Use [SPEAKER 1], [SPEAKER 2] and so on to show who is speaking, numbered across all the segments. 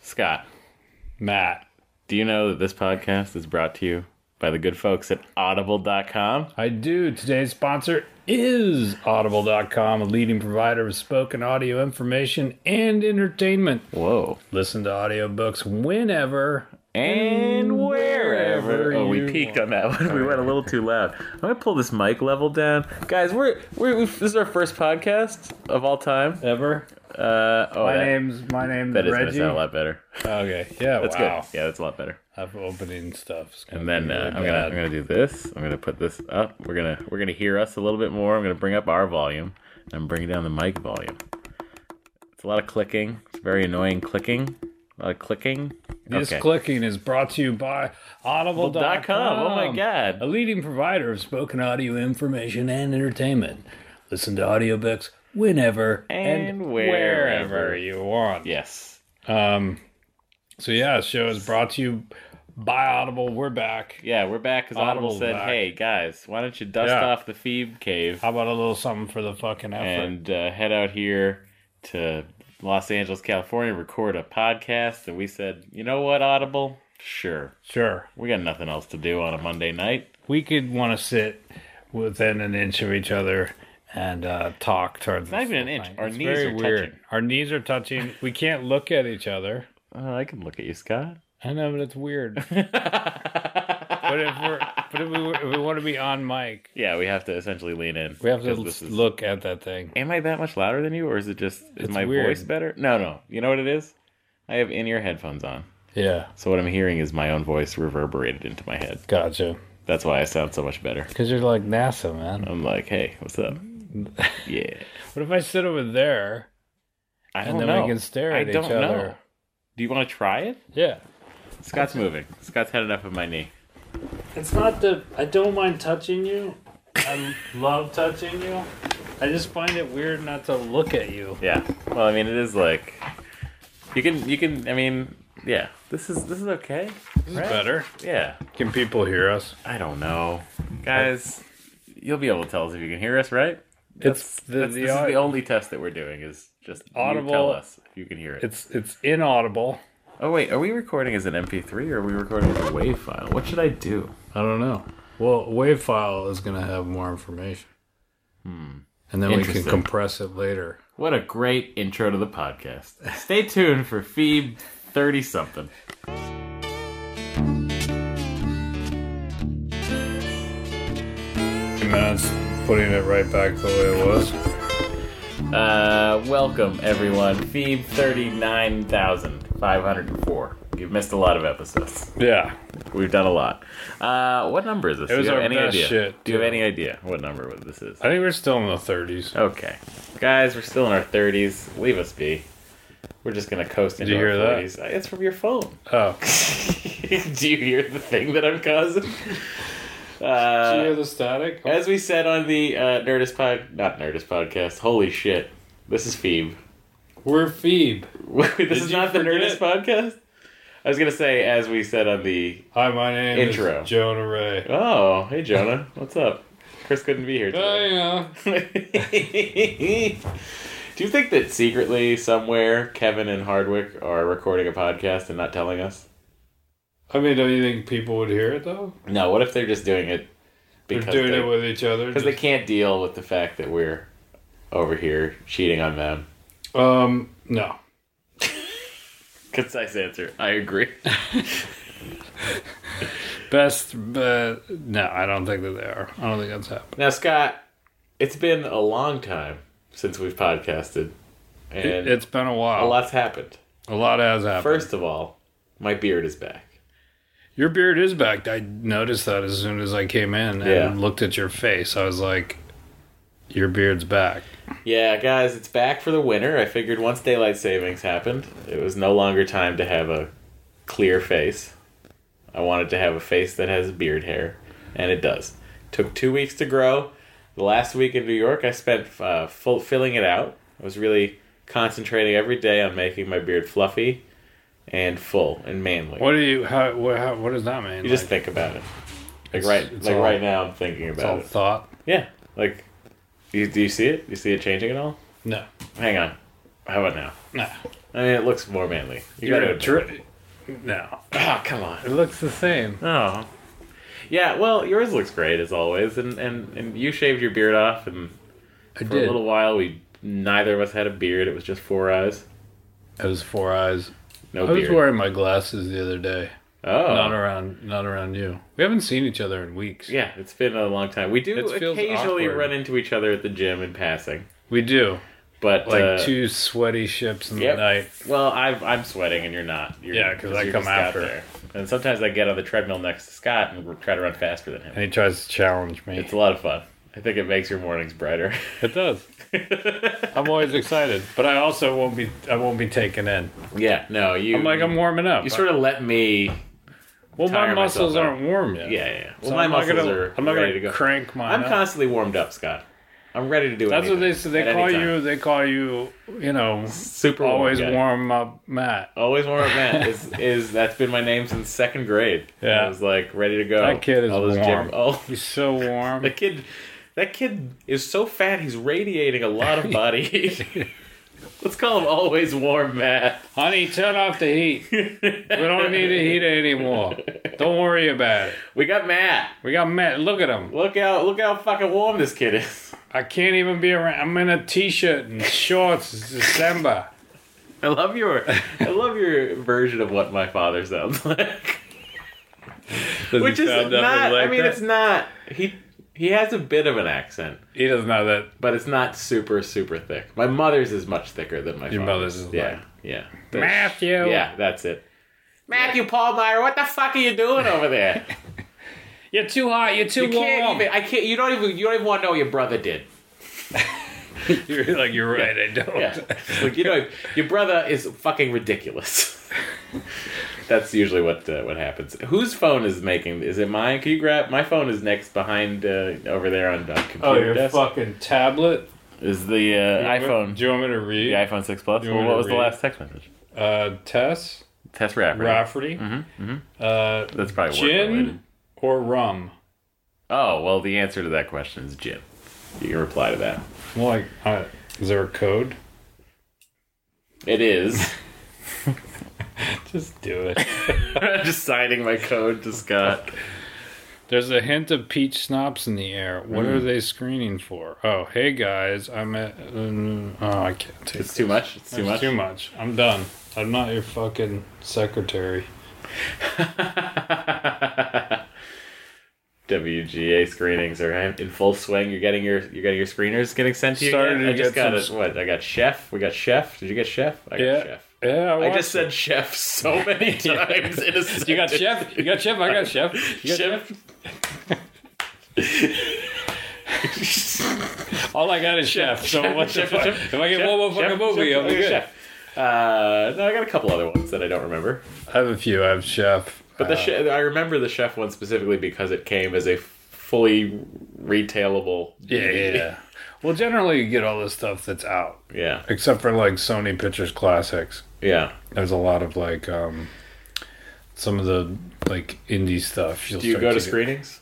[SPEAKER 1] Scott, Matt, do you know that this podcast is brought to you by the good folks at audible.com?
[SPEAKER 2] I do. Today's sponsor is Audible.com, a leading provider of spoken audio information and entertainment.
[SPEAKER 1] Whoa.
[SPEAKER 2] Listen to audiobooks whenever.
[SPEAKER 1] And wherever.
[SPEAKER 2] wherever
[SPEAKER 1] Oh, we
[SPEAKER 2] you
[SPEAKER 1] peaked on that one. We went a little too loud. I'm going to pull this mic level down. Guys, we're, we're we've, this is our first podcast of all time.
[SPEAKER 2] Ever.
[SPEAKER 1] Uh, oh,
[SPEAKER 2] My
[SPEAKER 1] that,
[SPEAKER 2] name's my name's
[SPEAKER 1] that is going to
[SPEAKER 2] Reggie.
[SPEAKER 1] sound a lot better.
[SPEAKER 2] Okay. Yeah.
[SPEAKER 1] That's
[SPEAKER 2] wow.
[SPEAKER 1] good. Yeah, that's a lot better.
[SPEAKER 2] I'm opening stuff. It's gonna
[SPEAKER 1] And then
[SPEAKER 2] be
[SPEAKER 1] uh,
[SPEAKER 2] really
[SPEAKER 1] I'm gonna
[SPEAKER 2] bad.
[SPEAKER 1] I'm gonna do this. I'm gonna put this up. We're gonna we're gonna hear us a little bit more. I'm gonna bring up our volume. And I'm bringing down the mic volume. It's a lot of clicking. It's very annoying clicking. A lot of clicking.
[SPEAKER 2] This clicking is brought to you by Audible.com.
[SPEAKER 1] Oh my God.
[SPEAKER 2] A leading provider of spoken audio information and entertainment. Listen to audiobooks whenever
[SPEAKER 1] And wherever.
[SPEAKER 2] you want.
[SPEAKER 1] yes.
[SPEAKER 2] Um, so, yeah, this show is brought to you by Audible. We're back.
[SPEAKER 1] Yeah, we're back because Audible,
[SPEAKER 2] Audible's
[SPEAKER 1] said,
[SPEAKER 2] back.
[SPEAKER 1] "Hey guys, why don't you dust
[SPEAKER 2] Yeah.
[SPEAKER 1] off the Phoebe cave
[SPEAKER 2] How about a little something for the fucking effort?
[SPEAKER 1] and uh, head out here to Los Angeles, California, record a podcast?" And we said, "You know what, Audible? Sure,
[SPEAKER 2] sure.
[SPEAKER 1] we got nothing else to do on a Monday night."
[SPEAKER 2] We could want to sit within an inch of each other and uh, talk towards
[SPEAKER 1] Not even an inch. Our
[SPEAKER 2] It's
[SPEAKER 1] knees
[SPEAKER 2] very
[SPEAKER 1] are
[SPEAKER 2] weird.
[SPEAKER 1] touching.
[SPEAKER 2] Our knees are touching. We can't look at each other.
[SPEAKER 1] Uh, I can look at you, Scott.
[SPEAKER 2] I know, but it's weird. But if we're, but if we, were- if we want to be on mic,
[SPEAKER 1] yeah, we have to essentially lean in.
[SPEAKER 2] we have to
[SPEAKER 1] 'cause this is-
[SPEAKER 2] look at that thing.
[SPEAKER 1] Am I that much louder than you, or is it just is
[SPEAKER 2] It's
[SPEAKER 1] my
[SPEAKER 2] weird.
[SPEAKER 1] voice better? No, no. You know what it is? I have in-ear headphones on,
[SPEAKER 2] Yeah,
[SPEAKER 1] so what I'm hearing is my own voice reverberated into my head.
[SPEAKER 2] gotcha.
[SPEAKER 1] That's why I sound so much better.
[SPEAKER 2] Because you're like NASA, man.
[SPEAKER 1] I'm like, hey, what's up? Yeah.
[SPEAKER 2] What if I sit over there?
[SPEAKER 1] I
[SPEAKER 2] And
[SPEAKER 1] don't
[SPEAKER 2] then we
[SPEAKER 1] know.
[SPEAKER 2] can stare
[SPEAKER 1] I
[SPEAKER 2] at each
[SPEAKER 1] don't know.
[SPEAKER 2] other.
[SPEAKER 1] Do you want to try it?
[SPEAKER 2] Yeah.
[SPEAKER 1] Scott's moving. Scott's had enough of my knee.
[SPEAKER 2] It's not that I don't mind touching you. I love touching you. I just find it weird not to look at you.
[SPEAKER 1] Yeah. Well, I mean, it is like you can you can. I mean, yeah. This is this is okay. right?
[SPEAKER 2] Better.
[SPEAKER 1] Yeah.
[SPEAKER 2] Can people hear us?
[SPEAKER 1] I don't know, guys. You'll be able to tell us if you can hear us, right?
[SPEAKER 2] It's the,
[SPEAKER 1] That's,
[SPEAKER 2] the,
[SPEAKER 1] this is
[SPEAKER 2] au-
[SPEAKER 1] the only test that we're doing is just audible.
[SPEAKER 2] Audible-
[SPEAKER 1] tell us if you can hear it.
[SPEAKER 2] it's it's inaudible.
[SPEAKER 1] oh wait, are we recording as an MP3 or are we recording as a WAV file? What should I do?
[SPEAKER 2] I don't know. Well, WAV file is going to have more information. Hmm. And then we can
[SPEAKER 1] Interesting.
[SPEAKER 2] compress it later.
[SPEAKER 1] What a great intro to the podcast. Stay tuned for Phoebe thirty something.
[SPEAKER 2] minutes, putting it right back the way it was.
[SPEAKER 1] Uh, welcome everyone, Phoebe thirty nine thousand five hundred and four. You've missed a lot of episodes.
[SPEAKER 2] Yeah.
[SPEAKER 1] We've done a lot. Uh, what number is this?
[SPEAKER 2] was
[SPEAKER 1] Do you have
[SPEAKER 2] our
[SPEAKER 1] any
[SPEAKER 2] best
[SPEAKER 1] idea?
[SPEAKER 2] shit,
[SPEAKER 1] Do you have
[SPEAKER 2] too.
[SPEAKER 1] any idea what number this is?
[SPEAKER 2] I think we're still in the 30s.
[SPEAKER 1] Okay, guys, we're still in our thirties. Leave us be. We're just gonna coast into
[SPEAKER 2] you hear
[SPEAKER 1] our
[SPEAKER 2] that?
[SPEAKER 1] forties. Uh, It's from your phone.
[SPEAKER 2] Oh.
[SPEAKER 1] Do you hear the thing that I'm causing?
[SPEAKER 2] Did you
[SPEAKER 1] Uh,
[SPEAKER 2] hear the static?
[SPEAKER 1] as we said on the uh, Nerdist pod, not Nerdist podcast. Holy shit! This is Phoebe.
[SPEAKER 2] We're Phoebe.
[SPEAKER 1] this is
[SPEAKER 2] you
[SPEAKER 1] not the
[SPEAKER 2] forget?
[SPEAKER 1] Nerdist podcast. I was gonna say, as we said on the
[SPEAKER 2] Hi, my name
[SPEAKER 1] Intro.
[SPEAKER 2] is Jonah Ray.
[SPEAKER 1] Oh, hey Jonah, what's up? Chris couldn't be here today.
[SPEAKER 2] yeah.
[SPEAKER 1] Do you think that secretly somewhere Kevin and Hardwick are recording a podcast and not telling us?
[SPEAKER 2] I mean, don't you think people would hear it, though?
[SPEAKER 1] No, what if they're just doing it
[SPEAKER 2] They're
[SPEAKER 1] because
[SPEAKER 2] doing
[SPEAKER 1] they,
[SPEAKER 2] it with each other.
[SPEAKER 1] because they
[SPEAKER 2] just-
[SPEAKER 1] can't deal with the fact that we're over here cheating on them?
[SPEAKER 2] um, no.
[SPEAKER 1] Concise answer. I agree.
[SPEAKER 2] Best, uh, no, I don't think that they are. I don't think that's happened.
[SPEAKER 1] now, Scott, it's been a long time since we've podcasted, and
[SPEAKER 2] It's been a
[SPEAKER 1] a
[SPEAKER 2] while.
[SPEAKER 1] lot's happened.
[SPEAKER 2] a lot has happened.
[SPEAKER 1] First of all, my beard is back.
[SPEAKER 2] Your beard is back. I noticed that as soon as I came in and
[SPEAKER 1] Yeah.
[SPEAKER 2] looked at your face. I was like, your beard's back.
[SPEAKER 1] Yeah, guys, it's back for the winter. I figured once daylight savings happened, it was no longer time to have a clear face. I wanted to have a face that has beard hair, and it does. Took two weeks to grow. The last week in New York, I spent uh, full, filling it out. I was really concentrating every day on making my beard fluffy and full and manly.
[SPEAKER 2] What do you, how, what, how, what does that mean?
[SPEAKER 1] You just think about it. Like
[SPEAKER 2] It's-
[SPEAKER 1] right,
[SPEAKER 2] it's
[SPEAKER 1] like
[SPEAKER 2] all-
[SPEAKER 1] right now, I'm thinking
[SPEAKER 2] it's all
[SPEAKER 1] about it.
[SPEAKER 2] thought?
[SPEAKER 1] Yeah, like, you, do you see it? You see it changing at all?
[SPEAKER 2] No.
[SPEAKER 1] Hang on. How about now?
[SPEAKER 2] No.
[SPEAKER 1] I mean, it looks more manly. You
[SPEAKER 2] You're
[SPEAKER 1] gotta
[SPEAKER 2] a
[SPEAKER 1] admit it.
[SPEAKER 2] dr- No.
[SPEAKER 1] Ah, come on.
[SPEAKER 2] It looks the same.
[SPEAKER 1] Oh. Yeah, well, yours looks great as always, and, and, and you shaved your beard off, and
[SPEAKER 2] I
[SPEAKER 1] for a
[SPEAKER 2] did.
[SPEAKER 1] little while we neither of us had a beard. It was just four eyes,
[SPEAKER 2] It was four eyes.
[SPEAKER 1] no
[SPEAKER 2] I was
[SPEAKER 1] Oh, beard.
[SPEAKER 2] wearing my glasses the other day.
[SPEAKER 1] oh,
[SPEAKER 2] Not around, not around you. We haven't seen each other in weeks.
[SPEAKER 1] yeah, it's been a long time. We do
[SPEAKER 2] It feels
[SPEAKER 1] occasionally
[SPEAKER 2] awkward.
[SPEAKER 1] run into each other at the gym in passing,
[SPEAKER 2] We do.
[SPEAKER 1] but
[SPEAKER 2] Like
[SPEAKER 1] uh,
[SPEAKER 2] two sweaty ships in
[SPEAKER 1] yep.
[SPEAKER 2] the night.
[SPEAKER 1] Well, I've, I'm sweating and you're not. You're,
[SPEAKER 2] Yeah, 'cause I
[SPEAKER 1] you're
[SPEAKER 2] come
[SPEAKER 1] just out
[SPEAKER 2] after.
[SPEAKER 1] and sometimes I get on the treadmill next to Scott and try to run faster than him.
[SPEAKER 2] And he tries to challenge me.
[SPEAKER 1] It's a lot of fun. I think it makes your mornings brighter.
[SPEAKER 2] it does. I'm always excited, but I also won't be. I won't be taken in.
[SPEAKER 1] yeah, no, you.
[SPEAKER 2] I'm like I'm warming up.
[SPEAKER 1] You sort of let me.
[SPEAKER 2] well, my
[SPEAKER 1] tire myself
[SPEAKER 2] muscles
[SPEAKER 1] out.
[SPEAKER 2] aren't warm yet.
[SPEAKER 1] Yeah, yeah. Well,
[SPEAKER 2] So
[SPEAKER 1] my
[SPEAKER 2] I'm not
[SPEAKER 1] muscles
[SPEAKER 2] gonna,
[SPEAKER 1] are
[SPEAKER 2] I'm not
[SPEAKER 1] ready
[SPEAKER 2] gonna
[SPEAKER 1] to go.
[SPEAKER 2] crank mine.
[SPEAKER 1] I'm
[SPEAKER 2] up.
[SPEAKER 1] constantly warmed up, Scott. I'm ready to do
[SPEAKER 2] That's what
[SPEAKER 1] anything
[SPEAKER 2] they so they
[SPEAKER 1] at
[SPEAKER 2] call
[SPEAKER 1] any time.
[SPEAKER 2] you. They call you. You know,
[SPEAKER 1] Super warm
[SPEAKER 2] always
[SPEAKER 1] guy.
[SPEAKER 2] warm up, Matt.
[SPEAKER 1] Always warm up, man. is, is that's been my name since second grade.
[SPEAKER 2] Yeah.
[SPEAKER 1] I was like ready to go.
[SPEAKER 2] That kid is
[SPEAKER 1] All those
[SPEAKER 2] warm.
[SPEAKER 1] Gym, oh,
[SPEAKER 2] He's so warm.
[SPEAKER 1] the kid. That kid is so fat. He's radiating a lot of body heat. Let's call him always warm, Matt.
[SPEAKER 2] Honey, turn off the heat. We don't need a heater anymore. Don't worry about it.
[SPEAKER 1] We got Matt.
[SPEAKER 2] We got Matt. Look at him.
[SPEAKER 1] Look out! Look how fucking warm this kid is.
[SPEAKER 2] I can't even be around. I'm in a t-shirt and shorts. It's December.
[SPEAKER 1] I love your I love your version of what my father sounds like. Which is not I mean it's not he he has a bit of an accent,
[SPEAKER 2] he doesn't know that.
[SPEAKER 1] but it's not super super thick. My mother's is much thicker than my
[SPEAKER 2] Your mother's is
[SPEAKER 1] yeah,
[SPEAKER 2] like-
[SPEAKER 1] yeah.
[SPEAKER 2] Matthew.
[SPEAKER 1] Yeah, that's it. Matthew Paulmeyer, what the fuck are you doing over there?
[SPEAKER 2] You're too hot. You're too
[SPEAKER 1] You
[SPEAKER 2] warm.
[SPEAKER 1] can't even I can't you don't even you don't even want to know what your brother did.
[SPEAKER 2] you're like you're right. I don't.
[SPEAKER 1] Yeah. like you know your brother is fucking ridiculous. That's usually what uh, what happens. Whose phone is making? Is it mine? Can you grab my phone? Is next behind uh, over there on the computer
[SPEAKER 2] Oh, your
[SPEAKER 1] desk.
[SPEAKER 2] fucking tablet.
[SPEAKER 1] Is the uh, iPhone
[SPEAKER 2] Do you want me to read?
[SPEAKER 1] the iPhone six plus?
[SPEAKER 2] You
[SPEAKER 1] Well,
[SPEAKER 2] want
[SPEAKER 1] what
[SPEAKER 2] me to
[SPEAKER 1] was the
[SPEAKER 2] read?
[SPEAKER 1] last text message?
[SPEAKER 2] Uh, Tess
[SPEAKER 1] Test wrap. Right?
[SPEAKER 2] Rafferty. Uh,
[SPEAKER 1] That's probably work related.
[SPEAKER 2] gin or rum?
[SPEAKER 1] Oh well, the answer to that question is gin. You can reply to that.
[SPEAKER 2] I'm like, uh, is there a code?
[SPEAKER 1] It is.
[SPEAKER 2] Just do it.
[SPEAKER 1] Just signing my code to Scott.
[SPEAKER 2] There's a hint of peach schnapps in the air. What are
[SPEAKER 1] Hmm.
[SPEAKER 2] they screening for? Oh, hey guys, I'm at. Um, oh, I can't take
[SPEAKER 1] It's too much. It's too
[SPEAKER 2] It's
[SPEAKER 1] much.
[SPEAKER 2] Too much. I'm done. I'm not your fucking secretary.
[SPEAKER 1] WGA screenings are in full swing. You're getting your you're getting your screeners getting sent to you.
[SPEAKER 2] Started
[SPEAKER 1] again?
[SPEAKER 2] to
[SPEAKER 1] I just
[SPEAKER 2] get
[SPEAKER 1] got
[SPEAKER 2] some-
[SPEAKER 1] a, what? I got chef. We got chef. Did you get chef? I got
[SPEAKER 2] Yeah.
[SPEAKER 1] chef.
[SPEAKER 2] Yeah,
[SPEAKER 1] I
[SPEAKER 2] watched
[SPEAKER 1] just said chef so many times in a
[SPEAKER 2] it. You got
[SPEAKER 1] sentence.
[SPEAKER 2] chef. You got chef. I got chef. You got chef.
[SPEAKER 1] chef.
[SPEAKER 2] All I got is chef. so what the
[SPEAKER 1] Chef,
[SPEAKER 2] fuck?
[SPEAKER 1] chef,
[SPEAKER 2] If I get one more
[SPEAKER 1] chef,
[SPEAKER 2] fucking movie,
[SPEAKER 1] chef,
[SPEAKER 2] I'll be
[SPEAKER 1] okay,
[SPEAKER 2] good.
[SPEAKER 1] chef. Uh, no, I got a couple other ones that I don't remember.
[SPEAKER 2] I have a few. I have chef. Uh,
[SPEAKER 1] But the chef, I remember the chef one specifically because it came as a fully retailable.
[SPEAKER 2] yeah, yeah, yeah. Well, generally you get all this stuff that's out,
[SPEAKER 1] yeah,
[SPEAKER 2] except for like Sony Pictures Classics.
[SPEAKER 1] yeah.
[SPEAKER 2] There's a lot of like um, some of the like indie stuff. You'll
[SPEAKER 1] Do you
[SPEAKER 2] start
[SPEAKER 1] go to
[SPEAKER 2] get-
[SPEAKER 1] screenings?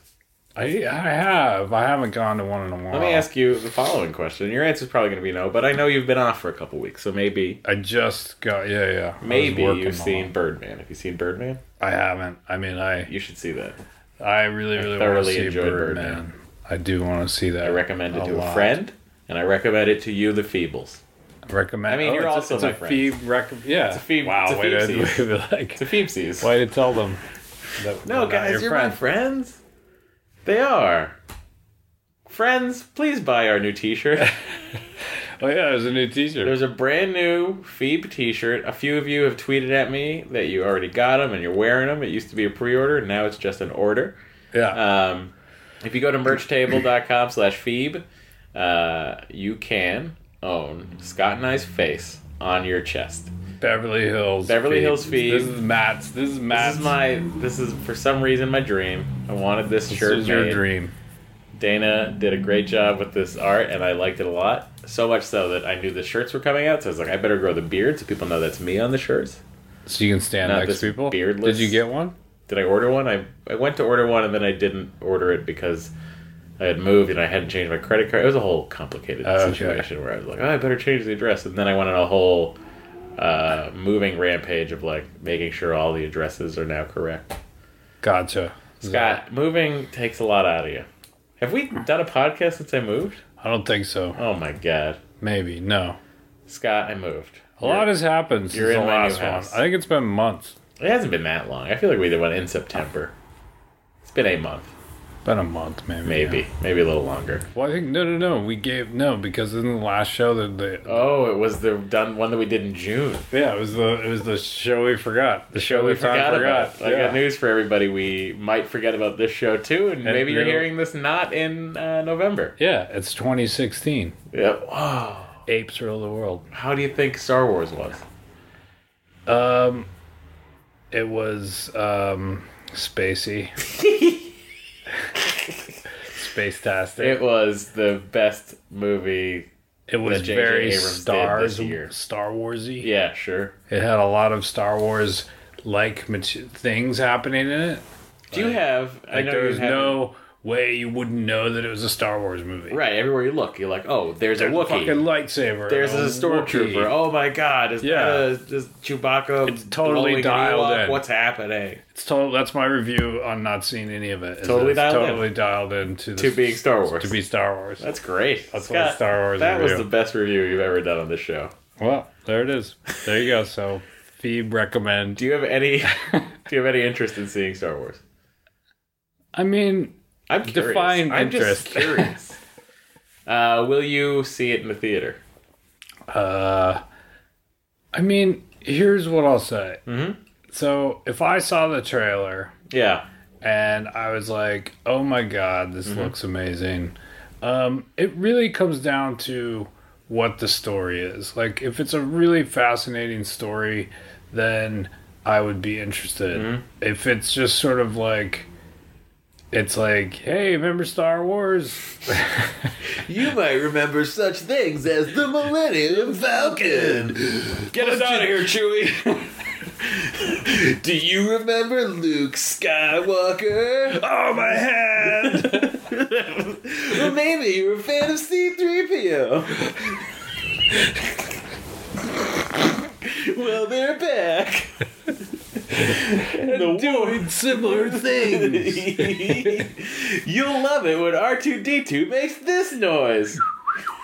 [SPEAKER 2] I, I have. I haven't gone to one in a while.
[SPEAKER 1] Let me ask you the following question. Your answer's probably going to be no, but I know you've been off for a couple weeks, so maybe
[SPEAKER 2] I just got. Yeah, yeah. I was
[SPEAKER 1] maybe
[SPEAKER 2] working
[SPEAKER 1] you've
[SPEAKER 2] a lot.
[SPEAKER 1] seen Birdman. Have you seen Birdman?
[SPEAKER 2] I haven't. I mean, I
[SPEAKER 1] You should see that.
[SPEAKER 2] I really really want to
[SPEAKER 1] thoroughly
[SPEAKER 2] see
[SPEAKER 1] enjoyed
[SPEAKER 2] Birdman.
[SPEAKER 1] Birdman.
[SPEAKER 2] I do want to see that.
[SPEAKER 1] I recommend it
[SPEAKER 2] a
[SPEAKER 1] to a
[SPEAKER 2] lot.
[SPEAKER 1] friend, and I recommend it to you, the Feebles.
[SPEAKER 2] Recommend.
[SPEAKER 1] I mean,
[SPEAKER 2] oh,
[SPEAKER 1] you're
[SPEAKER 2] it's
[SPEAKER 1] also
[SPEAKER 2] a- it's
[SPEAKER 1] my
[SPEAKER 2] a
[SPEAKER 1] friend.
[SPEAKER 2] Phoebe recom- Yeah. It's
[SPEAKER 1] a Phoebe-
[SPEAKER 2] Wow.
[SPEAKER 1] it's a
[SPEAKER 2] way to-
[SPEAKER 1] Phoebe
[SPEAKER 2] way to be like,
[SPEAKER 1] The Feebsies.
[SPEAKER 2] why to tell them? That
[SPEAKER 1] No,
[SPEAKER 2] they're not
[SPEAKER 1] guys,
[SPEAKER 2] your
[SPEAKER 1] you're
[SPEAKER 2] friend.
[SPEAKER 1] my friends. They are. Friends, please buy our new T-shirt.
[SPEAKER 2] Oh yeah, there's a new T-shirt.
[SPEAKER 1] There's a brand new Phoebe T-shirt. A few of you have tweeted at me that you already got them and you're wearing them. It used to be a pre-order, and now it's just an order.
[SPEAKER 2] yeah.
[SPEAKER 1] Um, if you go to merchtable.com slash Phoebe, uh, you can own Scott and I's face on your chest.
[SPEAKER 2] Beverly Hills.
[SPEAKER 1] Beverly
[SPEAKER 2] Phoebe.
[SPEAKER 1] Hills Phoebe.
[SPEAKER 2] This is Matt's. This is
[SPEAKER 1] This
[SPEAKER 2] Matt's.
[SPEAKER 1] is my, this is for some reason my dream. I wanted this
[SPEAKER 2] This
[SPEAKER 1] shirt
[SPEAKER 2] is your
[SPEAKER 1] made.
[SPEAKER 2] dream.
[SPEAKER 1] Dana did a great job with this art, and I liked it a lot. So much so that I knew the shirts were coming out, so I was like, I better grow the beard so people know that's me on the shirts.
[SPEAKER 2] So you can stand
[SPEAKER 1] Not
[SPEAKER 2] next
[SPEAKER 1] this
[SPEAKER 2] to people.
[SPEAKER 1] beardless-
[SPEAKER 2] Did you get one?
[SPEAKER 1] Did I order one? I, I went to order one, and then I didn't order it because I had moved and I hadn't changed my credit card. It was a whole complicated
[SPEAKER 2] Okay.
[SPEAKER 1] situation where I was like, oh, I better change the address. And then I went on a whole uh, moving rampage of like making sure all the addresses are now correct.
[SPEAKER 2] Gotcha.
[SPEAKER 1] Scott, moving takes a lot out of you. Have we done a podcast since I moved?
[SPEAKER 2] I don't think so.
[SPEAKER 1] Oh my God.
[SPEAKER 2] Maybe. No.
[SPEAKER 1] Scott, I moved.
[SPEAKER 2] A lot has happened since
[SPEAKER 1] you're in
[SPEAKER 2] the
[SPEAKER 1] my new
[SPEAKER 2] last one.
[SPEAKER 1] house.
[SPEAKER 2] I think it's been months.
[SPEAKER 1] It hasn't been that long. I feel like we did one in September. It's been a month,
[SPEAKER 2] Been a month, maybe.
[SPEAKER 1] maybe,
[SPEAKER 2] yeah.
[SPEAKER 1] maybe a little longer.
[SPEAKER 2] Well, I think no, no, no. We gave no because in the last show that the
[SPEAKER 1] Oh, it was the done one that we did in June.
[SPEAKER 2] yeah it was the it was the show we forgot the show
[SPEAKER 1] we
[SPEAKER 2] that
[SPEAKER 1] forgot,
[SPEAKER 2] Tom
[SPEAKER 1] about. I
[SPEAKER 2] yeah.
[SPEAKER 1] got news for everybody. We might forget about this show too, and, maybe you're
[SPEAKER 2] no.
[SPEAKER 1] hearing this not in uh, November.
[SPEAKER 2] yeah, it's 2016.
[SPEAKER 1] Yeah. Wow.
[SPEAKER 2] Apes rule the world.
[SPEAKER 1] How do you think Star Wars was?
[SPEAKER 2] Um, it was um spacey, space tastic.
[SPEAKER 1] It
[SPEAKER 2] It,
[SPEAKER 1] was the best movie.
[SPEAKER 2] was
[SPEAKER 1] that J.J.
[SPEAKER 2] very
[SPEAKER 1] Abrams did this
[SPEAKER 2] stars
[SPEAKER 1] year.
[SPEAKER 2] Star Warsy.
[SPEAKER 1] Yeah, sure.
[SPEAKER 2] It had a lot of Star Wars like mate- things happening in it.
[SPEAKER 1] Do you have? I
[SPEAKER 2] Like
[SPEAKER 1] know
[SPEAKER 2] there
[SPEAKER 1] you
[SPEAKER 2] was
[SPEAKER 1] haven't-
[SPEAKER 2] no way you wouldn't know that it was a Star Wars movie.
[SPEAKER 1] right. Everywhere you look, you're like, oh, there's,
[SPEAKER 2] There's
[SPEAKER 1] a
[SPEAKER 2] a
[SPEAKER 1] Wookiee.
[SPEAKER 2] fucking lightsaber.
[SPEAKER 1] There's
[SPEAKER 2] a
[SPEAKER 1] a stormtrooper.
[SPEAKER 2] Wookiee.
[SPEAKER 1] Oh my god! Is
[SPEAKER 2] Yeah.
[SPEAKER 1] that a just Chewbacca?
[SPEAKER 2] It's totally
[SPEAKER 1] blowing an
[SPEAKER 2] dialed
[SPEAKER 1] Ewok?
[SPEAKER 2] in.
[SPEAKER 1] What's happening?
[SPEAKER 2] It's total. That's my review on not seeing any of it. is
[SPEAKER 1] Totally
[SPEAKER 2] it's
[SPEAKER 1] dialed in.
[SPEAKER 2] totally dialed into
[SPEAKER 1] To being Star Wars.
[SPEAKER 2] to be Star Wars.
[SPEAKER 1] That's great.
[SPEAKER 2] That's what a Star Wars
[SPEAKER 1] That was
[SPEAKER 2] review.
[SPEAKER 1] the best review you've ever done on this show.
[SPEAKER 2] Well, there it is. There you go. So, Phoebe recommend.
[SPEAKER 1] Do you have any? do you have any interest in seeing Star Wars?
[SPEAKER 2] I mean,
[SPEAKER 1] I'm curious.
[SPEAKER 2] Define
[SPEAKER 1] I'm just
[SPEAKER 2] interest.
[SPEAKER 1] curious. uh, will you see it in the theater?
[SPEAKER 2] uh, I mean, here's what I'll say. Mm-hmm. So, if I saw the trailer
[SPEAKER 1] Yeah.
[SPEAKER 2] and I was like, "Oh my god, this looks amazing," um, it really comes down to what the story is. Like, if it's a really fascinating story, then I would be interested. If it's just sort of like, it's like, "Hey, remember Star Wars?"
[SPEAKER 1] You might remember such things as the Millennium Falcon. Get us out of here, Chewie. Do you remember Luke Skywalker?
[SPEAKER 2] Oh my head!
[SPEAKER 1] Well, maybe you were a fan of C3PO. well, they're back.
[SPEAKER 2] the doing similar things.
[SPEAKER 1] You'll love it when R2D2 makes this noise.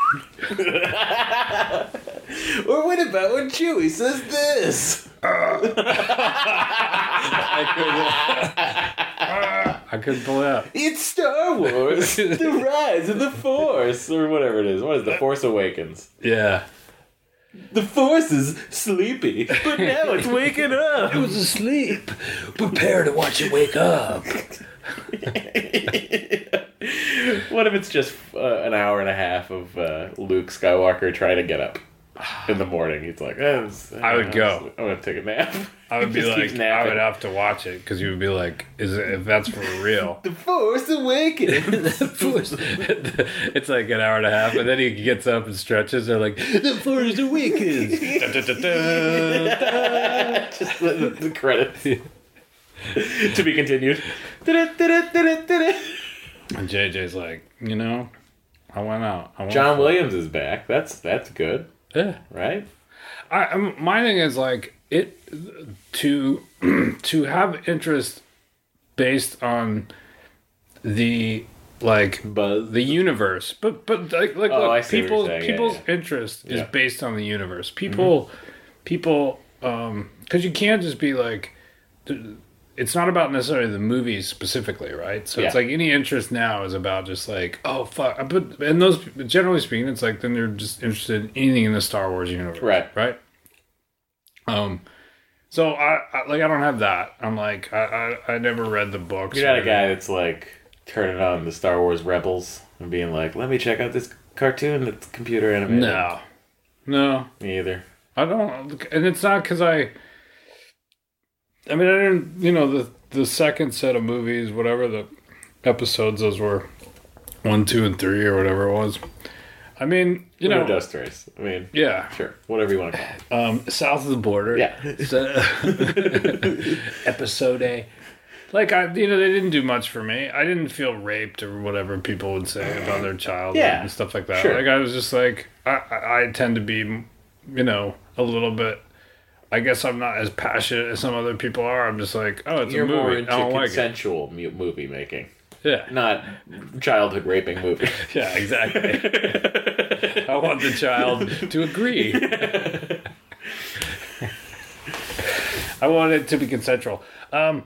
[SPEAKER 1] or what about when Chewie says this?
[SPEAKER 2] I couldn't pull it out.
[SPEAKER 1] It's Star Wars, the rise of the Force, or whatever it is. What is the Force Awakens?
[SPEAKER 2] Yeah.
[SPEAKER 1] The Force is sleepy, but now it's waking up.
[SPEAKER 2] was asleep. Prepare to watch it wake up.
[SPEAKER 1] What if it's just uh, an hour and a half of uh, Luke Skywalker trying to get up in the morning? He's like, eh, it's-
[SPEAKER 2] I would go.
[SPEAKER 1] I'm gonna take a nap.
[SPEAKER 2] I would be
[SPEAKER 1] Just
[SPEAKER 2] like,
[SPEAKER 1] keeps
[SPEAKER 2] I
[SPEAKER 1] napping.
[SPEAKER 2] would have to watch it because you would be like, is it, if that's for real.
[SPEAKER 1] The Force awakens.
[SPEAKER 2] it's like an hour and a half, and then he gets up and stretches. They're like, the forest awakens. Da-da-da-da.
[SPEAKER 1] just the, the credits. to be continued.
[SPEAKER 2] and JJ's like, you know, I went out. I went
[SPEAKER 1] John Williams is back. That's that's good,
[SPEAKER 2] Yeah.
[SPEAKER 1] right?
[SPEAKER 2] I, I'm- my thing is like it to to have interest based on the like
[SPEAKER 1] Buzz.
[SPEAKER 2] the universe, but but like like
[SPEAKER 1] Oh,
[SPEAKER 2] look,
[SPEAKER 1] I see what
[SPEAKER 2] people
[SPEAKER 1] you're saying. Yeah,
[SPEAKER 2] people's interest
[SPEAKER 1] Yeah. Mm-hmm.
[SPEAKER 2] is based on the universe. People people um because you can't just be like th- it's not about necessarily the movies specifically, right? So it's
[SPEAKER 1] Yeah.
[SPEAKER 2] like any interest now is about just like oh fuck, but and those generally speaking, it's like then they're just interested in anything in the Star Wars universe,
[SPEAKER 1] Right.
[SPEAKER 2] Right. Um. So I, I like I don't have that. I'm like I I, I never read the books.
[SPEAKER 1] You're not a
[SPEAKER 2] or-
[SPEAKER 1] guy that's like turning on the Star Wars Rebels and being like, "Let me check out this cartoon that's computer animated."
[SPEAKER 2] No. No.
[SPEAKER 1] me either.
[SPEAKER 2] I don't, and it's not because I. I mean, I didn't. You know, the the second set of movies, whatever the episodes those were, one, two, and three, or whatever it was. I mean, you
[SPEAKER 1] No
[SPEAKER 2] know,
[SPEAKER 1] dust race. I mean,
[SPEAKER 2] yeah,
[SPEAKER 1] sure, whatever you want to call it.
[SPEAKER 2] um, south of the border,
[SPEAKER 1] Yeah,
[SPEAKER 2] So- episode A. Like I, you know, they didn't do much for me. I didn't feel raped or whatever people would say about their childhood
[SPEAKER 1] Yeah,
[SPEAKER 2] and stuff like that.
[SPEAKER 1] sure.
[SPEAKER 2] Like I was just like, I, I I tend to be, you know, a little bit. I guess I'm not as passionate as some other people are. I'm just like, oh, it's
[SPEAKER 1] You're
[SPEAKER 2] a movie.
[SPEAKER 1] more
[SPEAKER 2] I
[SPEAKER 1] into
[SPEAKER 2] don't like it.
[SPEAKER 1] consensual mu- movie making,
[SPEAKER 2] Yeah,
[SPEAKER 1] not childhood raping movies.
[SPEAKER 2] yeah, exactly. I want the child to agree. I want it to be consensual. Um,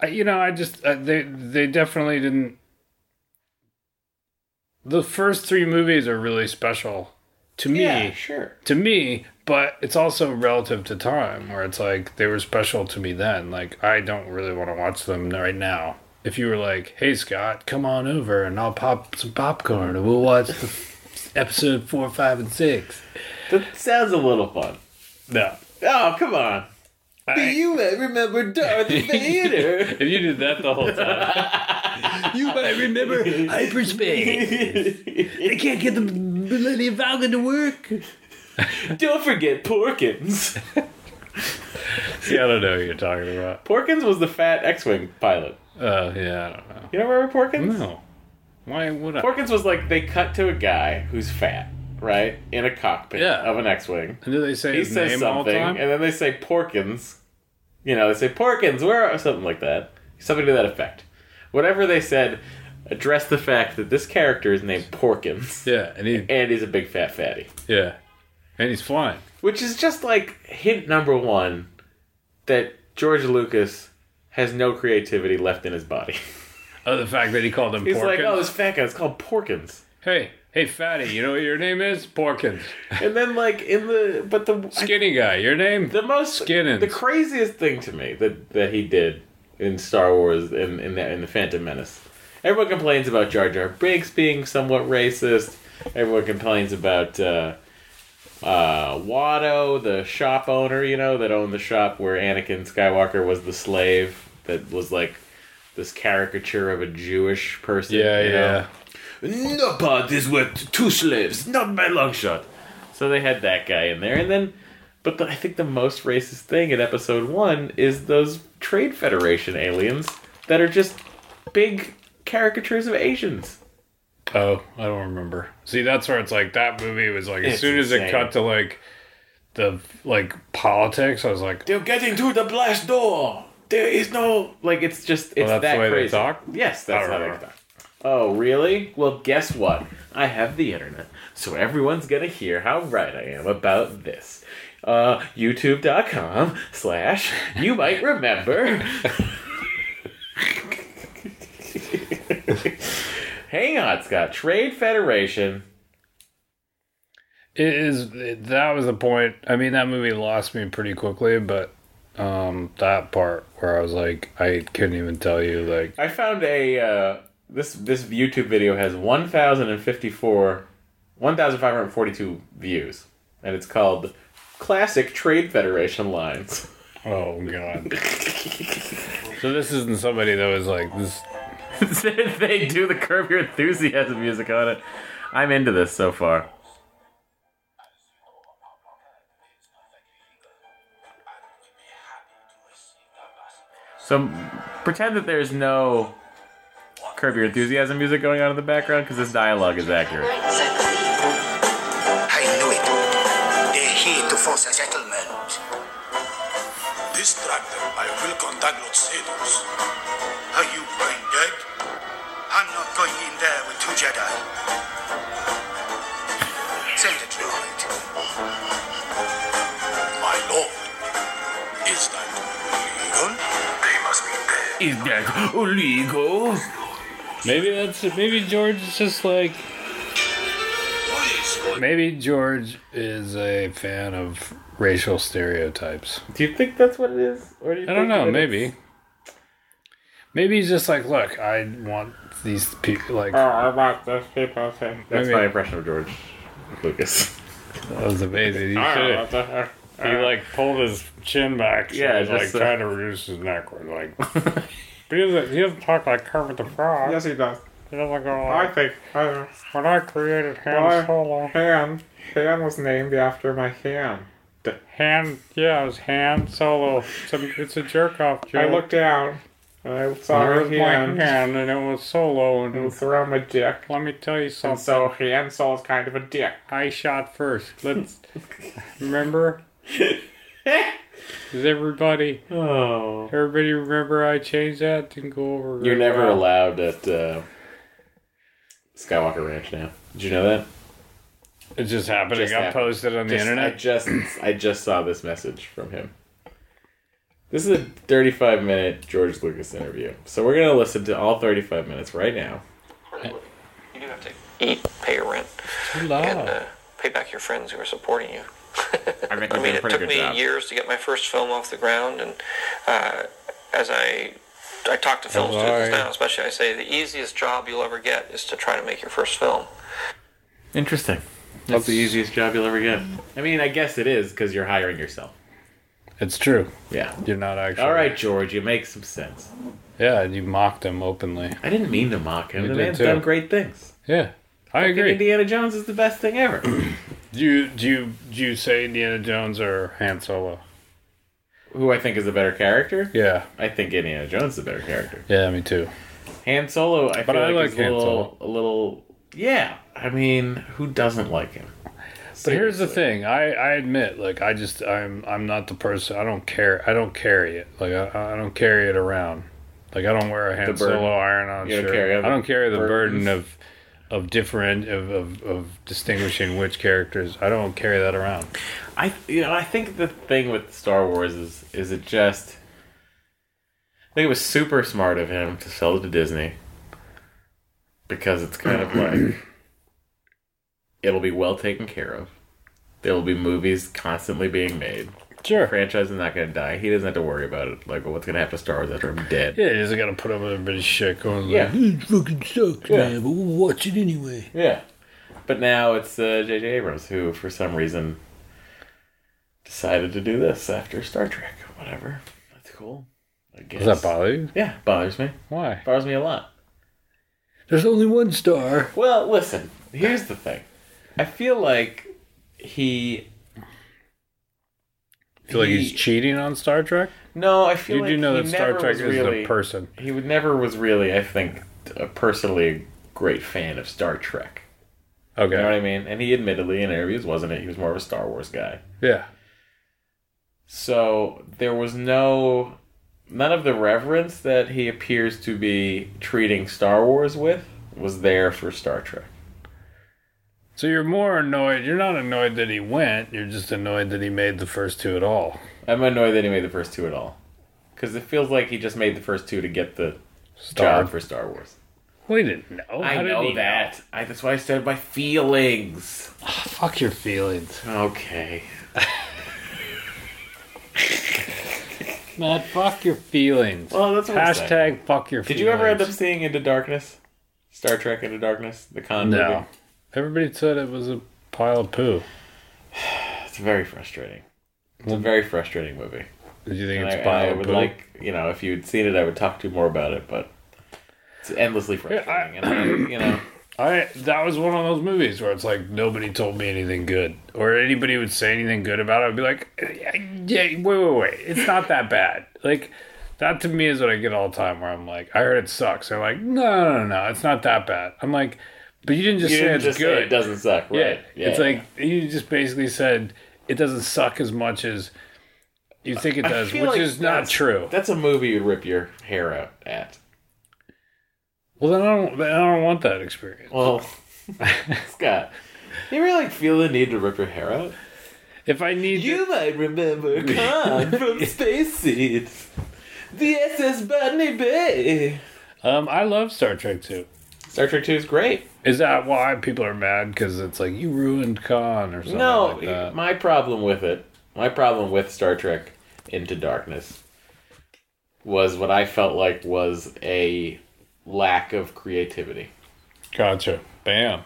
[SPEAKER 2] I, you know, I just uh, they they definitely didn't. The first three movies are really special to me.
[SPEAKER 1] yeah, sure.
[SPEAKER 2] To me, but it's also relative to time, where it's like they were special to me then. Like I don't really want to watch them right now. If you were like, "Hey Scott, come on over and I'll pop some popcorn and we'll watch the episode four, five, and six.
[SPEAKER 1] That sounds a little fun.
[SPEAKER 2] No,
[SPEAKER 1] Oh, come on. Do
[SPEAKER 2] I-
[SPEAKER 1] you remember Dorothy Vader?
[SPEAKER 2] if you did that the whole time, you might remember hyperspace. They can't get the Millennium Falcon to work.
[SPEAKER 1] Don't forget Porkins.
[SPEAKER 2] See, I don't know what you're talking about.
[SPEAKER 1] Porkins was the fat X-wing pilot.
[SPEAKER 2] Oh yeah, I don't
[SPEAKER 1] You don't remember Porkins?
[SPEAKER 2] know. No, why would I?
[SPEAKER 1] Porkins was like they cut to a guy who's fat, right, in a cockpit
[SPEAKER 2] Yeah.
[SPEAKER 1] of an X-wing.
[SPEAKER 2] And do they say
[SPEAKER 1] He
[SPEAKER 2] his
[SPEAKER 1] says
[SPEAKER 2] name all the
[SPEAKER 1] something,
[SPEAKER 2] time?
[SPEAKER 1] and then they say Porkins. You know, they say Porkins, where are something like that, something to that effect. Whatever they said, address the fact that this character is named Porkins
[SPEAKER 2] Yeah, and he
[SPEAKER 1] and he's a big fat fatty.
[SPEAKER 2] yeah, and he's flying.
[SPEAKER 1] Which is just like hint number one that George Lucas has no creativity left in his body.
[SPEAKER 2] Oh, the fact that he called him
[SPEAKER 1] He's
[SPEAKER 2] Porkins.
[SPEAKER 1] like, oh, this fat guy's called Porkins.
[SPEAKER 2] hey, hey, fatty, you know what your name is? Porkins.
[SPEAKER 1] And then, like, in the. But the.
[SPEAKER 2] Skinny guy, your name?
[SPEAKER 1] the most.
[SPEAKER 2] Skinnins.
[SPEAKER 1] The craziest thing to me that, that he did in Star Wars, in, in, the, in The Phantom Menace. Everyone complains about Jar Jar Binks being somewhat racist. Everyone complains about. Uh, uh, Watto, the shop owner, you know, that owned the shop where Anakin Skywalker was the slave, that was like this caricature of a Jewish person.
[SPEAKER 2] yeah,
[SPEAKER 1] you
[SPEAKER 2] yeah.
[SPEAKER 1] Know? No part is worth two slaves, not by long shot. So they had that guy in there, and then, but the, I think the most racist thing in Episode One is those Trade Federation aliens that are just big caricatures of Asians.
[SPEAKER 2] Oh, I don't remember. See, that's where it's like that movie was like as
[SPEAKER 1] It's
[SPEAKER 2] soon as it
[SPEAKER 1] insane.
[SPEAKER 2] cut to like the like politics, I was like,
[SPEAKER 1] They're getting to the blast door. There is no like. It's just it's
[SPEAKER 2] Oh, that's
[SPEAKER 1] that
[SPEAKER 2] the way they
[SPEAKER 1] crazy.
[SPEAKER 2] talk?
[SPEAKER 1] Yes, that's
[SPEAKER 2] I
[SPEAKER 1] how
[SPEAKER 2] don't
[SPEAKER 1] they
[SPEAKER 2] know.
[SPEAKER 1] talk. Oh really? Well, guess what? I have the internet, so everyone's gonna hear how right I am about this. Uh, YouTube.com slash you might remember. Hang on, Scott. Trade Federation.
[SPEAKER 2] it is it, that was the point. I mean, that movie lost me pretty quickly, but um that part where I was like, I couldn't even tell you like
[SPEAKER 1] I found a uh, this this YouTube video has one thousand and fifty four, one thousand five hundred forty two views, and it's called "Classic Trade Federation Lines."
[SPEAKER 2] Oh god. so this isn't somebody that was like this
[SPEAKER 1] they do the Curb Your Enthusiasm music on it. I'm into this so far. So pretend that there's no Curb Your Enthusiasm music going on in the background because this dialogue is accurate.
[SPEAKER 3] I knew it. They're here to force a settlement.
[SPEAKER 4] This tractor, I will contact Lord Sados.
[SPEAKER 3] Are you going dead? I'm not going in there with two Jedi. Send it, droid.
[SPEAKER 4] My lord, is that legal? They must be dead.
[SPEAKER 1] Is that illegal?
[SPEAKER 2] Maybe that's maybe George is just like
[SPEAKER 4] Please,
[SPEAKER 2] maybe George is a fan of racial stereotypes.
[SPEAKER 1] Do you think that's what it is? Or do you
[SPEAKER 2] I don't know, maybe. Maybe he's just like, look, I want these people like that
[SPEAKER 1] I like those people. That's
[SPEAKER 2] Maybe.
[SPEAKER 1] my impression of George Lucas.
[SPEAKER 2] was amazing. He, should've- he like pulled his chin back. So
[SPEAKER 1] Yeah,
[SPEAKER 2] he's,
[SPEAKER 1] just
[SPEAKER 2] like
[SPEAKER 1] so-
[SPEAKER 2] trying to reduce his neck. Like he doesn't, he doesn't talk like Kermit the Frog.
[SPEAKER 1] he does.
[SPEAKER 2] He doesn't go like,
[SPEAKER 1] think. Uh,
[SPEAKER 2] when I created Han
[SPEAKER 1] Why-
[SPEAKER 2] Solo.
[SPEAKER 1] Han. Han was named after my ham.
[SPEAKER 2] Hand, yeah, it was hand solo. It's a, it's a jerk off joke.
[SPEAKER 1] down. Sorry,
[SPEAKER 2] I thought it was my
[SPEAKER 1] hand.
[SPEAKER 2] hand and it was solo and it was-
[SPEAKER 1] Throw my dick.
[SPEAKER 2] let me tell you something.
[SPEAKER 1] And so Hansel's kind of a dick.
[SPEAKER 2] I shot first. Let's remember. Does everybody
[SPEAKER 1] Oh.
[SPEAKER 2] everybody remember I changed that? Didn't go over.
[SPEAKER 1] You're
[SPEAKER 2] very
[SPEAKER 1] never
[SPEAKER 2] well.
[SPEAKER 1] allowed at uh, Skywalker Ranch now. Did you know that?
[SPEAKER 2] It just happened.
[SPEAKER 1] Just
[SPEAKER 2] it got
[SPEAKER 1] happened.
[SPEAKER 2] posted on the
[SPEAKER 1] Just- I
[SPEAKER 2] internet.
[SPEAKER 1] just I just saw this message from him. This is a 35 minute George Lucas interview. So we're gonna listen to all 35 minutes right now.
[SPEAKER 5] You do have to eat, pay your rent,
[SPEAKER 2] Oh.
[SPEAKER 5] and uh, pay back your friends who are supporting you.
[SPEAKER 1] I think
[SPEAKER 5] I mean, it took me years to get my first film off the ground, and uh, as I I talk to film students now, especially, I say the easiest job you'll ever get is to try to make your first film.
[SPEAKER 1] Interesting. That's the easiest job you'll ever get. I mean, I guess it is because you're hiring yourself.
[SPEAKER 2] It's true.
[SPEAKER 1] Yeah.
[SPEAKER 2] You're not actually.
[SPEAKER 1] All right, George, you make some sense.
[SPEAKER 2] Yeah, you mocked him openly.
[SPEAKER 1] I didn't mean to mock him.
[SPEAKER 2] You
[SPEAKER 1] the
[SPEAKER 2] did
[SPEAKER 1] man's
[SPEAKER 2] too.
[SPEAKER 1] done great things.
[SPEAKER 2] Yeah, I
[SPEAKER 1] Fucking
[SPEAKER 2] agree.
[SPEAKER 1] Indiana Jones is the best thing ever.
[SPEAKER 2] Do you do you do you say Indiana Jones or Han Solo?
[SPEAKER 1] Who I think is a better character?
[SPEAKER 2] Yeah,
[SPEAKER 1] I think Indiana Jones is a better character.
[SPEAKER 2] yeah, me too.
[SPEAKER 1] Han Solo, I
[SPEAKER 2] But
[SPEAKER 1] feel
[SPEAKER 2] I
[SPEAKER 1] like,
[SPEAKER 2] like
[SPEAKER 1] is
[SPEAKER 2] Han
[SPEAKER 1] a little,
[SPEAKER 2] Solo.
[SPEAKER 1] a little, yeah. I mean, who doesn't like him?
[SPEAKER 2] But here's the thing. I, I admit, like I just I'm I'm not the person. I don't care. I don't carry it. Like I, I don't carry it around. Like I don't wear a Han
[SPEAKER 1] burden.
[SPEAKER 2] Solo iron on
[SPEAKER 1] You don't
[SPEAKER 2] shirt.
[SPEAKER 1] carry other
[SPEAKER 2] I don't carry the
[SPEAKER 1] burdens.
[SPEAKER 2] burden of of different of, of of distinguishing which characters. I don't carry that around.
[SPEAKER 1] I, you know, I think the thing with Star Wars is, is it just, I think it was super smart of him to sell it to Disney because it's kind of like it'll be well taken care of. There will be movies constantly being made. The
[SPEAKER 2] Sure.
[SPEAKER 1] franchise is not going to die. He doesn't have to worry about it. Like, what's going to happen to Star Wars after I'm dead?
[SPEAKER 2] Yeah, he doesn't got to put up with everybody's shit going.
[SPEAKER 1] Yeah.
[SPEAKER 2] Like,
[SPEAKER 1] Yeah, but we'll watch it anyway. Yeah. But now it's uh, J.J. Abrams who, for some reason, decided to do this after Star Trek. Whatever. That's cool. I guess.
[SPEAKER 2] Does that bother you?
[SPEAKER 1] Yeah, bothers me.
[SPEAKER 2] Why?
[SPEAKER 1] Bothers me a lot.
[SPEAKER 2] There's only one star.
[SPEAKER 1] Well, listen, here's the thing. I feel like he.
[SPEAKER 2] I feel like
[SPEAKER 1] He-
[SPEAKER 2] he's cheating on Star Trek.
[SPEAKER 1] No, I feel
[SPEAKER 2] You
[SPEAKER 1] like
[SPEAKER 2] do know
[SPEAKER 1] he
[SPEAKER 2] that Star
[SPEAKER 1] never
[SPEAKER 2] Trek
[SPEAKER 1] was
[SPEAKER 2] is
[SPEAKER 1] really-
[SPEAKER 2] a person.
[SPEAKER 1] He would never was really, I think, a personally a great fan of Star Trek.
[SPEAKER 2] Okay.
[SPEAKER 1] You know what I mean? And he admittedly, in interviews, wasn't it? He was more of a Star Wars guy.
[SPEAKER 2] Yeah.
[SPEAKER 1] So there was no none of the reverence that he appears to be treating Star Wars with was there for Star Trek.
[SPEAKER 2] So you're more annoyed. You're not annoyed that he went. You're just annoyed that he made the first two at all.
[SPEAKER 1] I'm annoyed that he made the first two at all. Because it feels like he just made the first two to get the
[SPEAKER 2] Star.
[SPEAKER 1] job for Star Wars.
[SPEAKER 2] We didn't know.
[SPEAKER 1] I
[SPEAKER 2] How did
[SPEAKER 1] know
[SPEAKER 2] he
[SPEAKER 1] that. I, that's why I said my feelings.
[SPEAKER 2] Fuck your feelings.
[SPEAKER 1] Okay.
[SPEAKER 2] Matt, fuck your feelings.
[SPEAKER 1] Well, that's what I'm saying.
[SPEAKER 2] Hashtag fuck your
[SPEAKER 1] Did
[SPEAKER 2] feelings.
[SPEAKER 1] you ever end up seeing Into Darkness? Star Trek Into Darkness? The con movie?
[SPEAKER 2] No. Everybody said it was a pile of poo.
[SPEAKER 1] It's very frustrating. It's a very frustrating movie.
[SPEAKER 2] Did you think
[SPEAKER 1] And
[SPEAKER 2] it's
[SPEAKER 1] I, and
[SPEAKER 2] a
[SPEAKER 1] I
[SPEAKER 2] pile of
[SPEAKER 1] would
[SPEAKER 2] poo?
[SPEAKER 1] like, you know, if you'd seen it, I would talk to you more about it, but it's endlessly frustrating. and I, you know,
[SPEAKER 2] I that was one of those movies where it's like nobody told me anything good, or anybody would say anything good about it. I'd be like, yeah, wait, wait, wait, it's not that bad. Like that to me is what I get all the time, where I'm like, I heard it sucks. They're like, no, no, no, no, it's not that bad. I'm like, but you didn't just
[SPEAKER 1] you
[SPEAKER 2] say
[SPEAKER 1] didn't
[SPEAKER 2] it's
[SPEAKER 1] just
[SPEAKER 2] good.
[SPEAKER 1] say it doesn't suck,
[SPEAKER 2] yeah.
[SPEAKER 1] right?
[SPEAKER 2] it's like you just basically said it doesn't suck as much as you think it
[SPEAKER 1] I
[SPEAKER 2] does, which
[SPEAKER 1] feel like
[SPEAKER 2] is not
[SPEAKER 1] that's-
[SPEAKER 2] true.
[SPEAKER 1] That's a movie you'd rip your hair out at.
[SPEAKER 2] well, then I don't, then I don't want that experience.
[SPEAKER 1] Well, Scott, you really feel the need to rip your hair out?
[SPEAKER 2] If I need to-
[SPEAKER 1] You might remember Khan from Space Seeds. The SS Botany Bay.
[SPEAKER 2] um, I love Star Trek too.
[SPEAKER 1] Star Trek 2 is great.
[SPEAKER 2] Is that why people are mad? Because it's like you ruined Khan or something
[SPEAKER 1] no,
[SPEAKER 2] like that.
[SPEAKER 1] my problem with it, my problem with Star Trek Into Darkness was what I felt like was a lack of creativity.
[SPEAKER 2] Gotcha. Bam.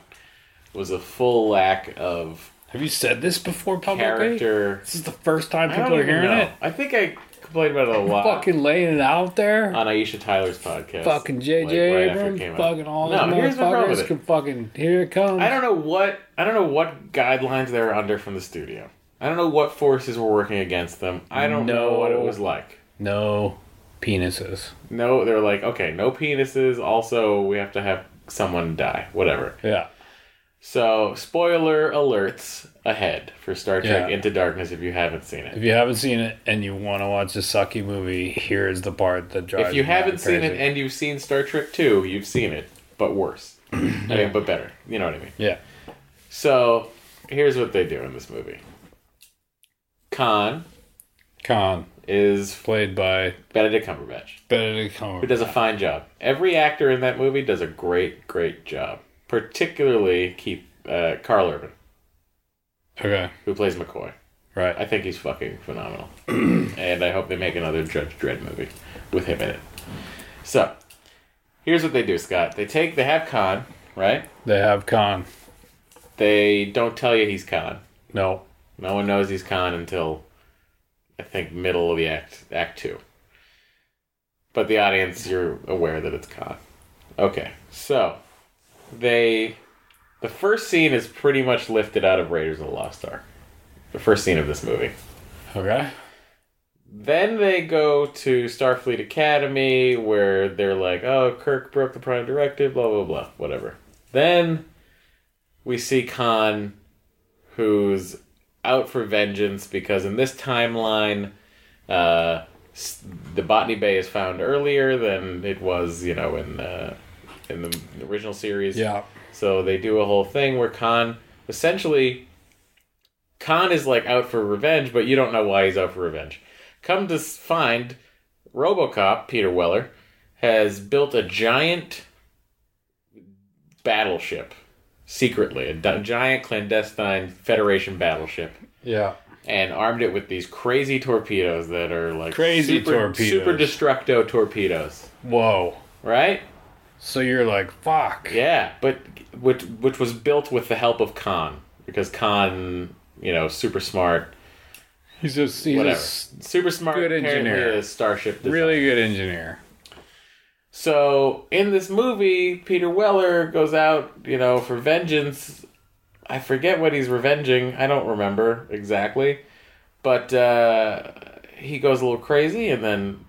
[SPEAKER 1] Was a full lack of
[SPEAKER 2] Have you said this before publicly?
[SPEAKER 1] character.
[SPEAKER 2] This is the first time
[SPEAKER 1] I
[SPEAKER 2] people
[SPEAKER 1] don't
[SPEAKER 2] are
[SPEAKER 1] even
[SPEAKER 2] hearing
[SPEAKER 1] know.
[SPEAKER 2] it.
[SPEAKER 1] I think I complained about it a lot
[SPEAKER 2] Fucking laying it out there.
[SPEAKER 1] on Aisha Tyler's podcast.
[SPEAKER 2] fucking JJ
[SPEAKER 1] like, right after it
[SPEAKER 2] Abrams.
[SPEAKER 1] came out.
[SPEAKER 2] Fucking all
[SPEAKER 1] No, here's
[SPEAKER 2] these
[SPEAKER 1] the problem with
[SPEAKER 2] motherfuckers
[SPEAKER 1] it.
[SPEAKER 2] can fucking here it comes.
[SPEAKER 1] I don't know what I don't know what guidelines they're under from the studio. I don't know what forces were working against them. I don't know
[SPEAKER 2] No.
[SPEAKER 1] what it was like.
[SPEAKER 2] No. penises.
[SPEAKER 1] No, they're like, okay, no penises. Also, we have to have someone die. Whatever.
[SPEAKER 2] Yeah.
[SPEAKER 1] So, spoiler alerts ahead for Star Trek
[SPEAKER 2] Yeah.
[SPEAKER 1] Into Darkness if you haven't seen it.
[SPEAKER 2] If you haven't seen it and you want to watch a sucky movie, here is the part that drives.
[SPEAKER 1] If you
[SPEAKER 2] me
[SPEAKER 1] haven't seen it
[SPEAKER 2] crazy.
[SPEAKER 1] and you've seen Star Trek 2, you've seen it, but worse. I mean, but better. You know what I mean?
[SPEAKER 2] yeah,
[SPEAKER 1] So, here's what they do in this movie Khan
[SPEAKER 2] Khan
[SPEAKER 1] is
[SPEAKER 2] played by
[SPEAKER 1] Benedict Cumberbatch,
[SPEAKER 2] Benedict
[SPEAKER 1] who
[SPEAKER 2] Cumberbatch.
[SPEAKER 1] does a fine job. Every actor in that movie does a great, great job, particularly Keith, uh, Carl Urban,
[SPEAKER 2] Okay,
[SPEAKER 1] who plays McCoy. I
[SPEAKER 2] right.
[SPEAKER 1] think he's fucking phenomenal. and I hope they make another Judge Dredd movie with him in it. So, here's what they do, Scott. They take, they have Khan, right?
[SPEAKER 2] They have Khan.
[SPEAKER 1] They don't tell you he's Khan.
[SPEAKER 2] No,
[SPEAKER 1] No one knows he's Khan until, I think, middle of the act, act two. But the audience, you're aware that it's Khan. Okay, so, they, the first scene is pretty much lifted out of Raiders of the Lost Ark. The first scene of this movie.
[SPEAKER 2] okay,
[SPEAKER 1] Then they go to Starfleet Academy where they're like, oh, Kirk broke the Prime Directive, blah, blah, blah, whatever. Then we see Khan, who's out for vengeance because in this timeline, uh, s- the Botany Bay is found earlier than it was, you know, in, uh, in the original series.
[SPEAKER 2] yeah,
[SPEAKER 1] So they do a whole thing where Khan essentially Khan is like out for revenge, but you don't know why he's out for revenge. Come to s- find RoboCop Peter Weller has built a giant battleship secretly, a d- giant clandestine Federation battleship
[SPEAKER 2] yeah.
[SPEAKER 1] and armed it with these crazy torpedoes that are like
[SPEAKER 2] Crazy
[SPEAKER 1] super,
[SPEAKER 2] torpedoes.
[SPEAKER 1] super destructo torpedoes,
[SPEAKER 2] Whoa.
[SPEAKER 1] right?
[SPEAKER 2] So you're like, fuck.
[SPEAKER 1] Yeah, but which which was built with the help of Khan because Khan, you know, super smart,
[SPEAKER 2] He's just he's
[SPEAKER 1] whatever,
[SPEAKER 2] just
[SPEAKER 1] super smart.
[SPEAKER 2] good
[SPEAKER 1] apparently
[SPEAKER 2] engineer.
[SPEAKER 1] a starship. Design.
[SPEAKER 2] really good engineer.
[SPEAKER 1] So in this movie, Peter Weller goes out, you know, for vengeance. I forget what he's revenging. I don't remember exactly, but uh, he goes a little crazy, and then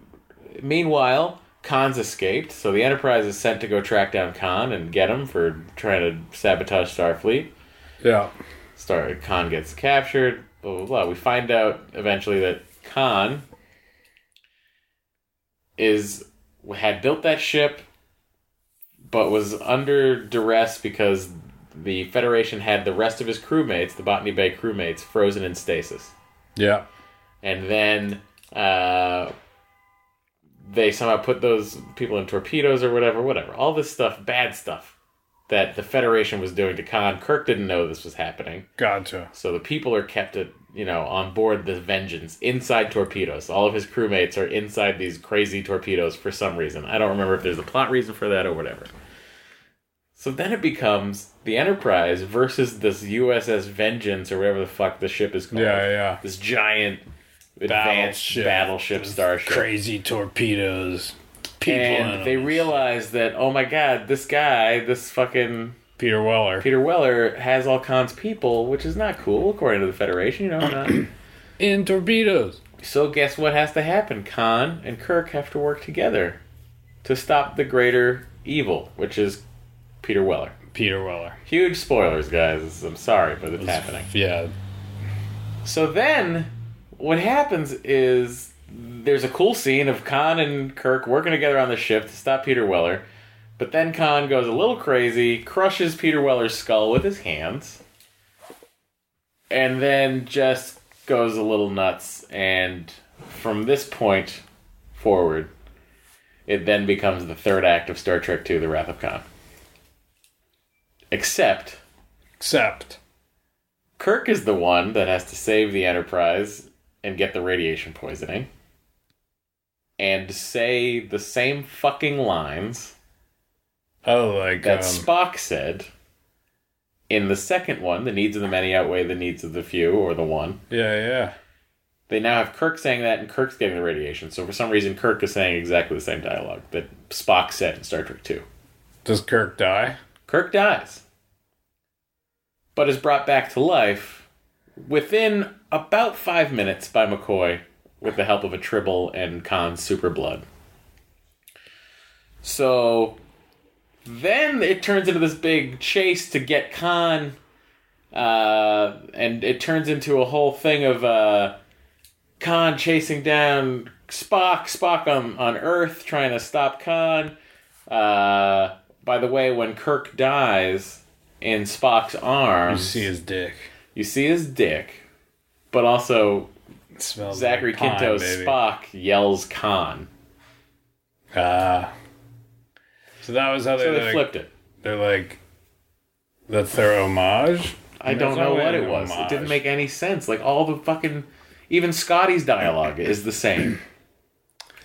[SPEAKER 1] meanwhile, Khan's escaped. So the Enterprise is sent to go track down Khan and get him for trying to sabotage Starfleet.
[SPEAKER 2] Yeah.
[SPEAKER 1] Star Khan gets captured, blah blah blah. We find out eventually that Khan is had built that ship but was under duress because the Federation had the rest of his crewmates, the Botany Bay crewmates, frozen in stasis.
[SPEAKER 2] Yeah.
[SPEAKER 1] And then uh, they somehow put those people in torpedoes or whatever, whatever. All this stuff, bad stuff that the Federation was doing to Khan. Kirk didn't know this was happening.
[SPEAKER 2] Gotcha.
[SPEAKER 1] So the people are kept at you know on board the Vengeance inside torpedoes. All of his crewmates are inside these crazy torpedoes for some reason. I don't remember if there's a plot reason for that or whatever. So then it becomes the Enterprise versus this USS Vengeance or whatever the fuck the ship is called.
[SPEAKER 2] Yeah, yeah.
[SPEAKER 1] This giant advanced
[SPEAKER 2] Battleship.
[SPEAKER 1] battleship, starship.
[SPEAKER 2] Crazy torpedoes. People in
[SPEAKER 1] And they
[SPEAKER 2] them.
[SPEAKER 1] realize that oh my god, this guy, this fucking
[SPEAKER 2] Peter Weller.
[SPEAKER 1] Peter Weller has all Khan's people, which is not cool according to the Federation. You know, not
[SPEAKER 2] in torpedoes.
[SPEAKER 1] So guess what has to happen? Khan and Kirk have to work together to stop the greater evil, which is Peter Weller.
[SPEAKER 2] Peter Weller.
[SPEAKER 1] Huge spoilers, guys. I'm sorry, but it's happening.
[SPEAKER 2] Yeah.
[SPEAKER 1] So then, what happens is there's a cool scene of Khan and Kirk working together on the ship to stop Peter Weller. But then Khan goes a little crazy, crushes Peter Weller's skull with his hands, and then just goes a little nuts. And from this point forward, it then becomes the third act of Star Trek II The Wrath of Khan. Except
[SPEAKER 2] Except.
[SPEAKER 1] Kirk is the one that has to save the Enterprise and get the radiation poisoning and say the same fucking lines
[SPEAKER 2] Oh, like
[SPEAKER 1] that
[SPEAKER 2] um,
[SPEAKER 1] Spock said in the second one the needs of the many outweigh the needs of the few or the one.
[SPEAKER 2] yeah, yeah.
[SPEAKER 1] They now have Kirk saying that and Kirk's getting the radiation. So for some reason Kirk is saying exactly the same dialogue that Spock said in Star Trek 2.
[SPEAKER 2] Does Kirk die?
[SPEAKER 1] Kirk dies, but is brought back to life within about five minutes by McCoy with the help of a tribble and Khan's super blood. So then it turns into this big chase to get Khan, uh, and it turns into a whole thing of uh, Khan chasing down Spock, Spock on, on Earth trying to stop Khan. Uh, by the way, when Kirk dies in Spock's
[SPEAKER 2] You
[SPEAKER 1] arms,
[SPEAKER 2] see his dick.
[SPEAKER 1] you see his dick, but also
[SPEAKER 2] It smells
[SPEAKER 1] Zachary
[SPEAKER 2] like pine,
[SPEAKER 1] Quinto's
[SPEAKER 2] baby.
[SPEAKER 1] Spock yells Khan.
[SPEAKER 2] Ah. So that was how they,
[SPEAKER 1] So they
[SPEAKER 2] like,
[SPEAKER 1] flipped it.
[SPEAKER 2] They're like, that's their homage.
[SPEAKER 1] I
[SPEAKER 2] That's
[SPEAKER 1] don't
[SPEAKER 2] not
[SPEAKER 1] know what
[SPEAKER 2] an
[SPEAKER 1] it was. It didn't
[SPEAKER 2] homage.
[SPEAKER 1] make any sense. Like all the fucking even Scotty's dialogue is the same.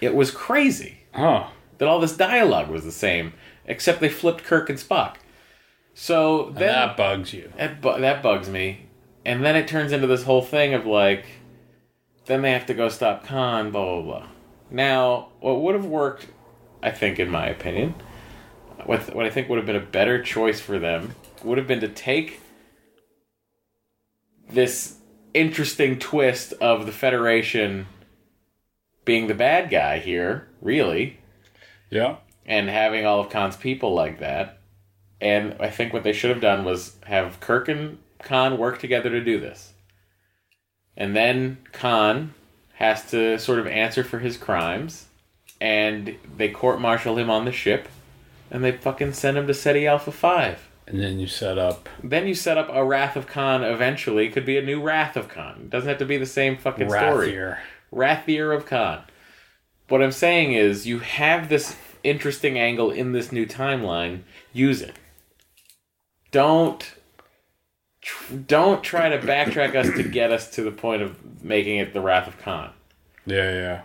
[SPEAKER 1] It was crazy
[SPEAKER 2] Huh.
[SPEAKER 1] that all this dialogue was the same, except they flipped Kirk and Spock. So then
[SPEAKER 2] and that bugs you.
[SPEAKER 1] that, bu- that bugs me. And then it turns into this whole thing of like, then they have to go stop Khan, blah, blah, blah. Now, what would have worked, I think, in my opinion, what, what I think would have been a better choice for them would have been to take this interesting twist of the Federation being the bad guy here, really,
[SPEAKER 2] Yeah.
[SPEAKER 1] and having all of Khan's people like that. And I think what they should have done was have Kirk and Khan work together to do this. And then Khan has to sort of answer for his crimes, and they court martial him on the ship, and they fucking send him to SETI Alpha 5.
[SPEAKER 2] And then you set up
[SPEAKER 1] Then you set up a Wrath of Khan eventually, could be a new Wrath of Khan. It doesn't have to be the same fucking story.
[SPEAKER 2] Rathier.
[SPEAKER 1] Rathier of Khan. What I'm saying is, you have this interesting angle in this new timeline. Use it. Don't tr- don't try to backtrack us to get us to the point of making it the Wrath of Khan.
[SPEAKER 2] Yeah, yeah.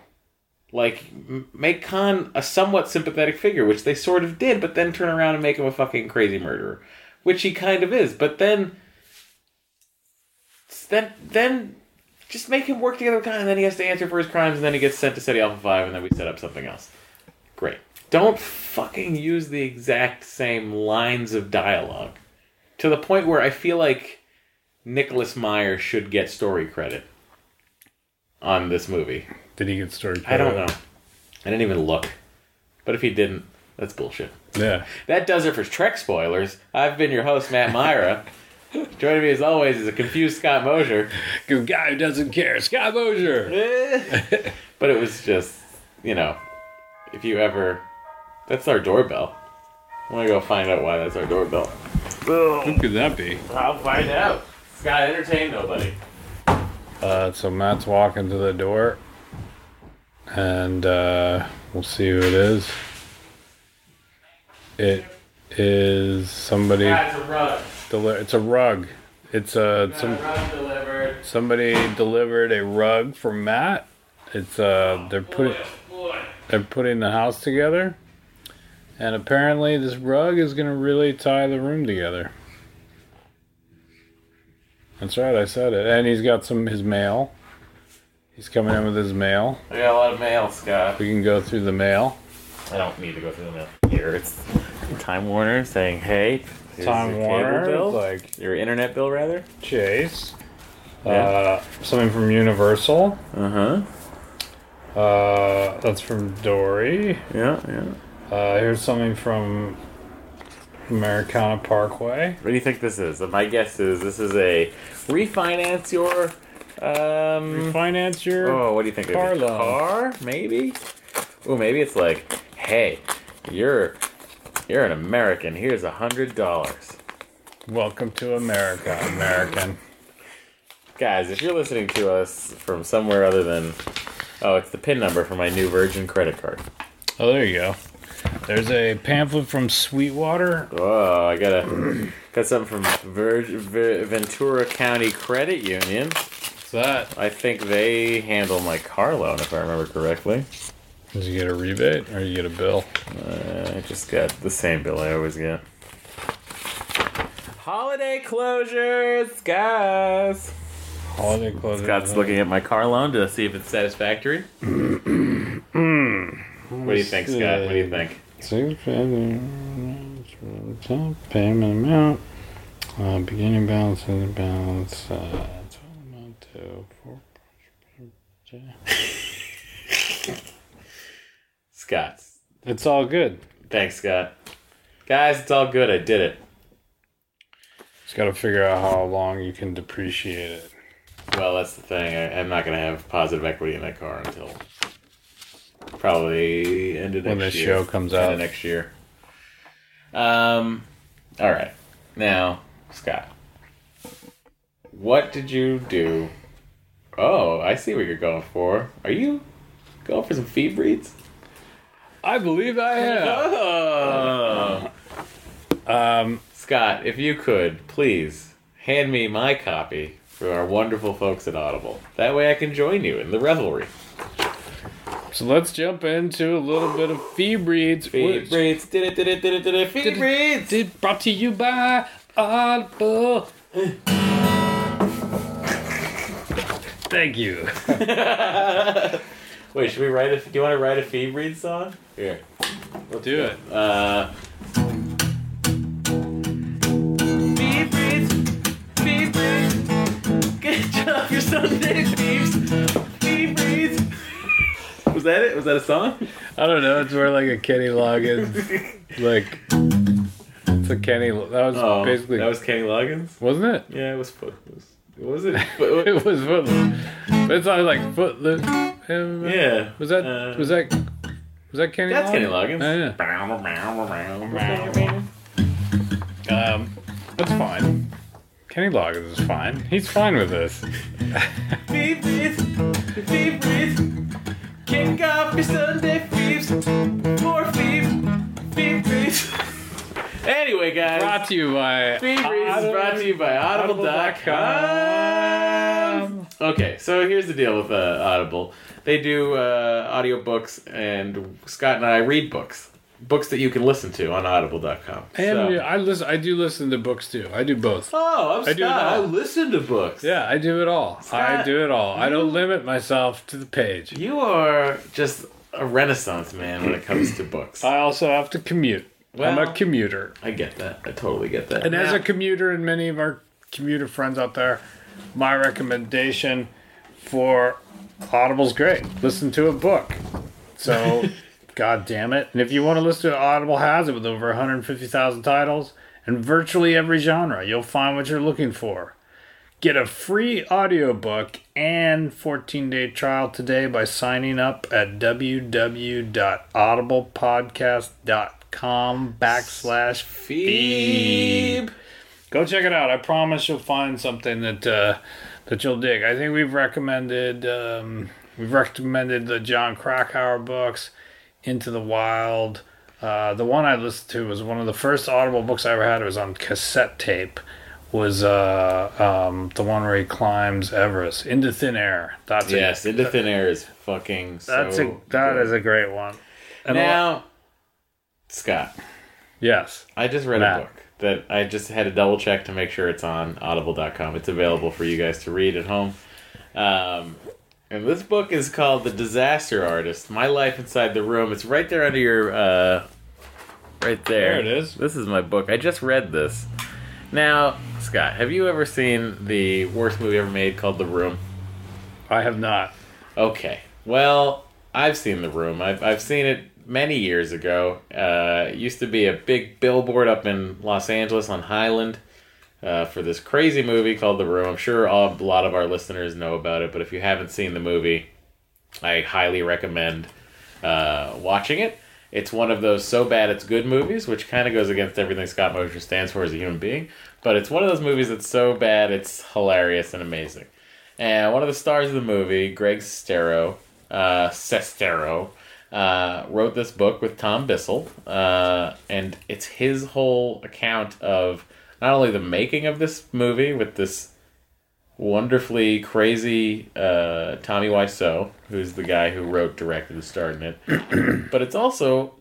[SPEAKER 1] Like, m- make Khan a somewhat sympathetic figure, which they sort of did, but then turn around and make him a fucking crazy murderer, which he kind of is. But then, then, then, just make him work together with Khan, and then he has to answer for his crimes, and then he gets sent to SETI Alpha Five, and then we set up something else. Great. Don't fucking use the exact same lines of dialogue to the point where I feel like Nicholas Meyer should get story credit on this movie.
[SPEAKER 2] Did he get story?
[SPEAKER 1] I don't know. I didn't even look. But if he didn't, that's bullshit.
[SPEAKER 2] Yeah.
[SPEAKER 1] That does it for Trek spoilers. I've been your host, Matt Myra. Joining me as always is a confused Scott Mosier.
[SPEAKER 2] Good guy who doesn't care. Scott Mosier.
[SPEAKER 1] but it was just, you know, if you ever. That's our doorbell. I'm gonna go find out why that's our doorbell.
[SPEAKER 2] Who could that be?
[SPEAKER 1] I'll find out. Scott, entertain nobody.
[SPEAKER 2] Uh, so Matt's walking to the door, and uh, we'll see who it is. It is somebody.
[SPEAKER 1] That's a rug.
[SPEAKER 2] Deli- it's a rug. It's a some
[SPEAKER 1] rug delivered.
[SPEAKER 2] somebody delivered a rug for Matt. It's uh they're putting
[SPEAKER 1] oh
[SPEAKER 2] they're putting the house together, and apparently this rug is gonna really tie the room together. That's right, I said it. And he's got some his mail. He's coming in with his mail.
[SPEAKER 1] I got a lot of mail, Scott.
[SPEAKER 2] We can go through the mail.
[SPEAKER 1] I don't need to go through the mail. Here, it's Time Warner saying, "Hey, here's
[SPEAKER 2] Time
[SPEAKER 1] your cable
[SPEAKER 2] Warner,
[SPEAKER 1] bill,
[SPEAKER 2] like
[SPEAKER 1] your internet bill, rather."
[SPEAKER 2] Chase.
[SPEAKER 1] Yeah.
[SPEAKER 2] Uh, something from Universal.
[SPEAKER 1] Uh huh.
[SPEAKER 2] Uh, that's from Dory.
[SPEAKER 1] Yeah, yeah.
[SPEAKER 2] Uh, here's something from Americana Parkway.
[SPEAKER 1] What do you think this is? My guess is this is a refinance your um.
[SPEAKER 2] Finance your.
[SPEAKER 1] Oh, what do you think?
[SPEAKER 2] Car
[SPEAKER 1] Maybe
[SPEAKER 2] loan.
[SPEAKER 1] Car, maybe. Oh, maybe it's like, hey, you're you're an American. Here's a hundred dollars.
[SPEAKER 2] Welcome to America, American.
[SPEAKER 1] Guys, if you're listening to us from somewhere other than, oh, it's the pin number for my new Virgin credit card.
[SPEAKER 2] Oh, there you go. There's a pamphlet from Sweetwater.
[SPEAKER 1] Whoa, I got a got something from Ver, Ver, Ventura County Credit Union.
[SPEAKER 2] What's that?
[SPEAKER 1] I think they handle my car loan, if I remember correctly.
[SPEAKER 2] Did you get a rebate or you get a bill?
[SPEAKER 1] Uh, I just got the same bill I always get. Holiday closures, guys.
[SPEAKER 2] Holiday closing.
[SPEAKER 1] Scott's looking at my car loan to see if it's satisfactory. what do you think, Scott? What do you think?
[SPEAKER 2] Six payment top payment amount. Uh, beginning balance and balance. Uh, total amount to four.
[SPEAKER 1] Scott's
[SPEAKER 2] It's all good.
[SPEAKER 1] Thanks, Scott. Guys, it's all good. I did it.
[SPEAKER 2] Just got to figure out how long you can depreciate it.
[SPEAKER 1] Well, that's the thing. I, I'm not going to have positive equity in that car until probably end of
[SPEAKER 2] When
[SPEAKER 1] next
[SPEAKER 2] this
[SPEAKER 1] year.
[SPEAKER 2] show comes
[SPEAKER 1] End of
[SPEAKER 2] out.
[SPEAKER 1] next year. Um, all right. Now, Scott, what did you do? Oh, I see what you're going for. Are you going for some feed breeds?
[SPEAKER 2] I believe I am.
[SPEAKER 1] Oh.
[SPEAKER 2] Um,
[SPEAKER 1] Scott, if you could, please hand me my copy for our wonderful folks at Audible. That way I can join you in the revelry.
[SPEAKER 2] so let's jump into a little bit of fee breeds.
[SPEAKER 1] Feed breeds, did it, did it, did it, did it, feed breeds!
[SPEAKER 2] Did brought to you by Audible. Thank you.
[SPEAKER 1] Wait, should we write a? Do you want to write a feed breed song? Here,
[SPEAKER 2] We'll do it.
[SPEAKER 1] Uh, feed breeds, feed breeds. Good job, your Sunday thieves. Feed breeds. Was that it? Was that a song?
[SPEAKER 2] I don't know. It's more like a Kenny Loggins, like it's a Kenny. That was
[SPEAKER 1] Oh,
[SPEAKER 2] basically
[SPEAKER 1] that was Kenny Loggins.
[SPEAKER 2] wasn't it?
[SPEAKER 1] Yeah, it was Footloose. Was it?
[SPEAKER 2] it was Footloose. But it's not like Footloose.
[SPEAKER 1] yeah.
[SPEAKER 2] Was that
[SPEAKER 1] Uh,
[SPEAKER 2] was that was that Kenny?
[SPEAKER 1] That's Kenny
[SPEAKER 2] Loggins? Oh,
[SPEAKER 1] Loggins.
[SPEAKER 2] I know. Um, that's fine. Kenny Loggins is fine. He's fine with this.
[SPEAKER 1] Feed breeds, feed breeds. Kick off your Sunday thieves. More thieves, feed breeds. Anyway, guys.
[SPEAKER 2] Brought to you by
[SPEAKER 1] Feed Breeds is brought to you by Audible.com.
[SPEAKER 2] Audible.com.
[SPEAKER 1] Okay, so here's the deal with uh, Audible. They do uh, audiobooks, and Scott and I read books. Books that you can listen to on Audible.com.
[SPEAKER 2] And
[SPEAKER 1] So-
[SPEAKER 2] yeah, I listen. I do listen to books too. I do both.
[SPEAKER 1] Oh, I'm
[SPEAKER 2] I
[SPEAKER 1] Scott.
[SPEAKER 2] do it
[SPEAKER 1] I
[SPEAKER 2] all.
[SPEAKER 1] listen to books.
[SPEAKER 2] Yeah, I do it all. I
[SPEAKER 1] Scott,
[SPEAKER 2] do it all. I don't limit myself to the page.
[SPEAKER 1] You are just a renaissance man when it comes to books.
[SPEAKER 2] I also have to commute. I'm
[SPEAKER 1] Well-
[SPEAKER 2] a commuter,
[SPEAKER 1] I get that. I totally get that.
[SPEAKER 2] and as
[SPEAKER 1] Now-
[SPEAKER 2] a commuter, and many of our commuter friends out there, my recommendation for Audible's great. Listen to a book. So, god damn it! And if you want to listen to it, Audible, has it with over 150,000 titles and virtually every genre. You'll find what you're looking for. Get a free audiobook and 14-day trial today by signing up at www.audiblepodcast.com backslash
[SPEAKER 1] Phoebe.
[SPEAKER 2] Go check it out. I promise you'll find something that uh, that you'll dig. I think we've recommended um, we've recommended the John Krakauer books, Into the Wild. Uh, the one I listened to was one of the first Audible books I ever had. It was on cassette tape. Was uh, um, the one where he climbs Everest into thin air. That's
[SPEAKER 1] Yes,
[SPEAKER 2] a,
[SPEAKER 1] Into Thin Air is fucking
[SPEAKER 2] that's
[SPEAKER 1] so
[SPEAKER 2] a that
[SPEAKER 1] good.
[SPEAKER 2] is a great one. And a lot-
[SPEAKER 1] Now, Scott,
[SPEAKER 2] yes,
[SPEAKER 1] I just read
[SPEAKER 2] Matt.
[SPEAKER 1] a book that I just had to double check to make sure it's on audible.com. It's available for you guys to read at home. Um, and this book is called The Disaster Artist My Life Inside the Room. It's right there under your. Uh, right there.
[SPEAKER 2] There it is.
[SPEAKER 1] This is my book. I just read this. Now, Scott, have you ever seen the worst movie ever made called The Room?
[SPEAKER 2] I have not.
[SPEAKER 1] Okay. Well, I've seen The Room. I've, I've seen it many years ago. Uh, it used to be a big billboard up in Los Angeles on Highland uh, for this crazy movie called The Room. I'm sure all, a lot of our listeners know about it, but if you haven't seen the movie, I highly recommend uh, watching it. It's one of those so bad it's good movies, which kind of goes against everything Scott Mosher stands for as a human being. But it's one of those movies that's so bad it's hilarious and amazing. And one of the stars of the movie, Greg Sestero, uh, Sestero, uh, wrote this book with Tom Bissell, uh, and it's his whole account of not only the making of this movie with this wonderfully crazy uh, Tommy Wiseau, who's the guy who wrote, directed, and starred in it, but it's also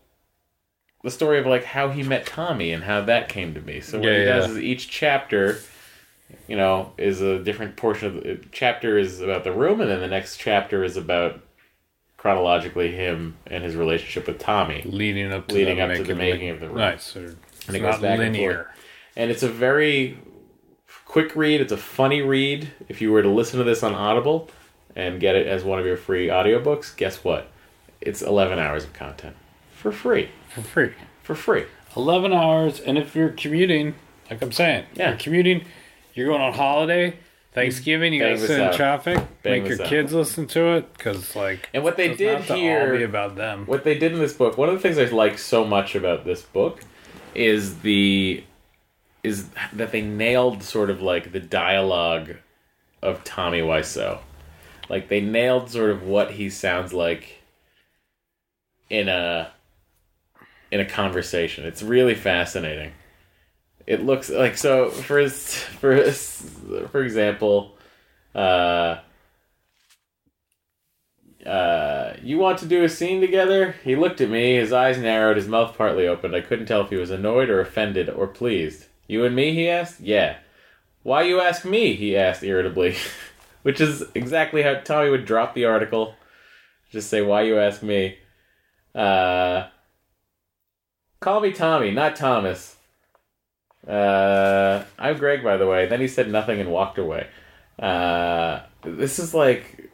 [SPEAKER 1] the story of like how he met Tommy and how that came to be. So what
[SPEAKER 2] Yeah,
[SPEAKER 1] he does
[SPEAKER 2] yeah.
[SPEAKER 1] is each chapter you know, is a different portion of the uh, chapter is about the room, and then the next chapter is about chronologically him and his relationship with Tommy.
[SPEAKER 2] Leading up to
[SPEAKER 1] Leading
[SPEAKER 2] the
[SPEAKER 1] up to the
[SPEAKER 2] making,
[SPEAKER 1] making of the room.
[SPEAKER 2] Right, so it's
[SPEAKER 1] it goes
[SPEAKER 2] not
[SPEAKER 1] back and
[SPEAKER 2] linear.
[SPEAKER 1] And it's a very quick read. It's a funny read. If you were to listen to this on Audible and get it as one of your free audiobooks, guess what? It's 11 hours of content. for free.
[SPEAKER 2] for free.
[SPEAKER 1] For free.
[SPEAKER 2] 11 hours and if you're commuting like i'm saying
[SPEAKER 1] Yeah.
[SPEAKER 2] you're commuting you're going on holiday thanksgiving you
[SPEAKER 1] Bang
[SPEAKER 2] gotta
[SPEAKER 1] this
[SPEAKER 2] sit in
[SPEAKER 1] out.
[SPEAKER 2] traffic
[SPEAKER 1] Bang
[SPEAKER 2] make your
[SPEAKER 1] this out.
[SPEAKER 2] kids listen to it because like
[SPEAKER 1] And what they
[SPEAKER 2] it's
[SPEAKER 1] did
[SPEAKER 2] not to all
[SPEAKER 1] here
[SPEAKER 2] be about them
[SPEAKER 1] what they did in this book one of the things i like so much about this book is the is that they nailed sort of like the dialogue of tommy wiseau like they nailed sort of what he sounds like in a in a conversation it's really fascinating it looks like so for for for example uh uh, you want to do a scene together? He looked at me, his eyes narrowed, his mouth partly opened. I couldn't tell if he was annoyed or offended or pleased. You and me? He asked. Yeah. Why you ask me? He asked irritably, which is exactly how Tommy would drop the article. Just say, "Why you ask me?" Uh, call me Tommy, not Thomas. Uh, I'm Greg, by the way. Then he said nothing and walked away. Uh, this is like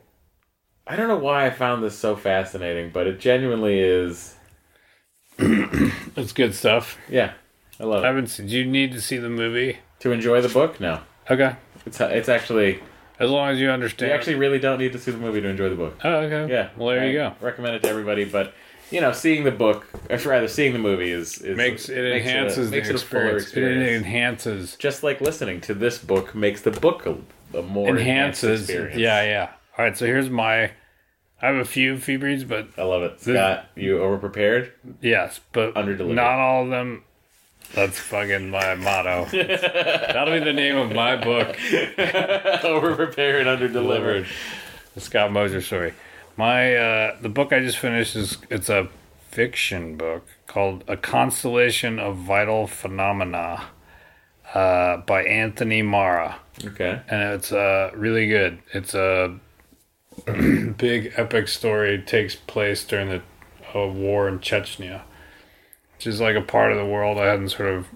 [SPEAKER 1] I don't know why I found this so fascinating, but it genuinely is.
[SPEAKER 2] it's good stuff
[SPEAKER 1] Yeah, I love it.
[SPEAKER 2] i haven't seen do you need to see the movie
[SPEAKER 1] To enjoy the book, no,
[SPEAKER 2] okay
[SPEAKER 1] it's uh, it's actually
[SPEAKER 2] as long as you
[SPEAKER 1] you
[SPEAKER 2] understand
[SPEAKER 1] actually really don't need to see the movie to enjoy the book.
[SPEAKER 2] oh okay
[SPEAKER 1] Yeah,
[SPEAKER 2] well there
[SPEAKER 1] I
[SPEAKER 2] you go
[SPEAKER 1] Recommend it to everybody, but you know, seeing the book, or rather, seeing the movie is, is
[SPEAKER 2] makes it
[SPEAKER 1] makes a-
[SPEAKER 2] enhances
[SPEAKER 1] makes
[SPEAKER 2] the
[SPEAKER 1] it a fuller
[SPEAKER 2] experience.
[SPEAKER 1] experience.
[SPEAKER 2] it enhances
[SPEAKER 1] Just like listening to this book makes the book a, a more enhanced
[SPEAKER 2] enhances
[SPEAKER 1] experience.
[SPEAKER 2] yeah yeah all right so here's my i have a few feebreeds but
[SPEAKER 1] I love it, Scott. You overprepared.
[SPEAKER 2] Yes, but
[SPEAKER 1] Underdeliver.
[SPEAKER 2] not all of them. That's fucking my motto. That'll be the name of my book,
[SPEAKER 1] overprepared, underdelivered.
[SPEAKER 2] the Scott Moser story. My uh, the book I just finished is it's a fiction book called A Constellation of Vital Phenomena uh, by Anthony Mara,
[SPEAKER 1] Okay.
[SPEAKER 2] and it's uh, really good. It's a big epic story. It takes place during the a war in Chechnya. which is like a part of the world I hadn't sort of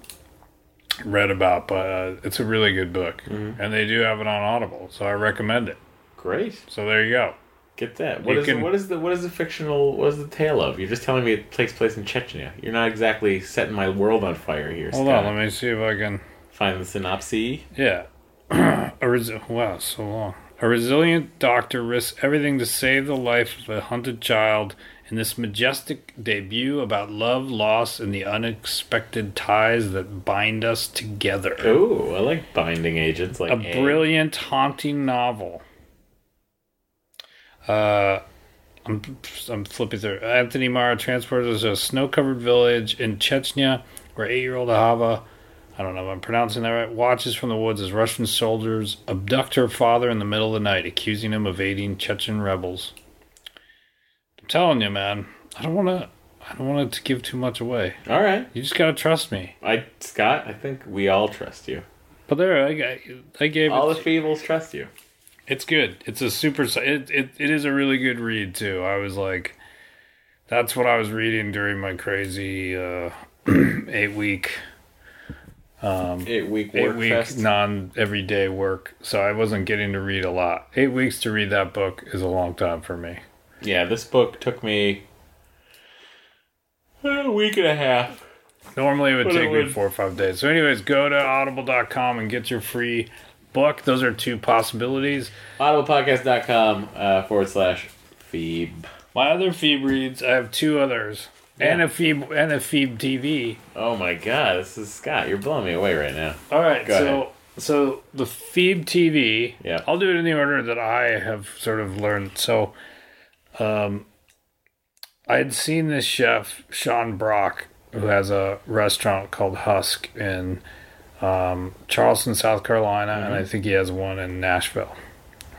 [SPEAKER 2] read about, but uh, it's a really good book, and they do have it on Audible, so I recommend it.
[SPEAKER 1] Great.
[SPEAKER 2] So there you go.
[SPEAKER 1] Get that. What
[SPEAKER 2] You
[SPEAKER 1] is
[SPEAKER 2] can-
[SPEAKER 1] what is the what is the fictional what is the tale of? You're just telling me it takes place in Chechnya. You're not exactly setting my world on fire here.
[SPEAKER 2] Hold
[SPEAKER 1] Scott.
[SPEAKER 2] on, let me see if I can.
[SPEAKER 1] Find the synopsis.
[SPEAKER 2] Yeah. a res- wow, so long. A resilient doctor risks everything to save the life of a hunted child in this majestic debut about love, loss, and the unexpected ties that bind us together.
[SPEAKER 1] Oh, I like binding agents. Like
[SPEAKER 2] a
[SPEAKER 1] Aang.
[SPEAKER 2] brilliant haunting novel. Uh, I'm, I'm flipping through. Anthony Mara transports us to a snow-covered village in Chechnya, where eight-year-old Ahava, I don't know if I'm pronouncing that right, watches from the woods as Russian soldiers abduct her father in the middle of the night, accusing him of aiding Chechen rebels. I'm telling you, man, I don't want to. I don't want to give too much away.
[SPEAKER 1] All right,
[SPEAKER 2] You just gotta trust me.
[SPEAKER 1] I Scott. I think we all trust you.
[SPEAKER 2] But there, I, I, I gave
[SPEAKER 1] All
[SPEAKER 2] it.
[SPEAKER 1] the feebles trust you.
[SPEAKER 2] It's good. It's a super. It, it it is a really good read too. I was like, that's what I was reading during my crazy uh, eight week
[SPEAKER 1] Eight week
[SPEAKER 2] eight
[SPEAKER 1] work
[SPEAKER 2] week
[SPEAKER 1] fest.
[SPEAKER 2] non everyday work. So I wasn't getting to read a lot. Eight weeks to read that book is a long time for me.
[SPEAKER 1] Yeah, this book took me a week and a half.
[SPEAKER 2] Normally it would
[SPEAKER 1] But it
[SPEAKER 2] take me
[SPEAKER 1] would-
[SPEAKER 2] four or five days. So anyways, go to audible.com and get your free book. Those are two possibilities.
[SPEAKER 1] Audiblepodcast.com uh, forward slash Phoebe.
[SPEAKER 2] My other Phoebe reads. I have two others. And a Phoebe and a Phoebe TV.
[SPEAKER 1] Oh my God, this is Scott. You're blowing me away right now.
[SPEAKER 2] All right,
[SPEAKER 1] Go
[SPEAKER 2] so
[SPEAKER 1] ahead.
[SPEAKER 2] so the Phoebe TV.
[SPEAKER 1] Yeah.
[SPEAKER 2] I'll do it in the order that I have sort of learned. So, um, I had seen this chef Sean Brock, who has a restaurant called Husk in um, Charleston, South Carolina, and
[SPEAKER 1] Mm-hmm.
[SPEAKER 2] I think he has one in Nashville,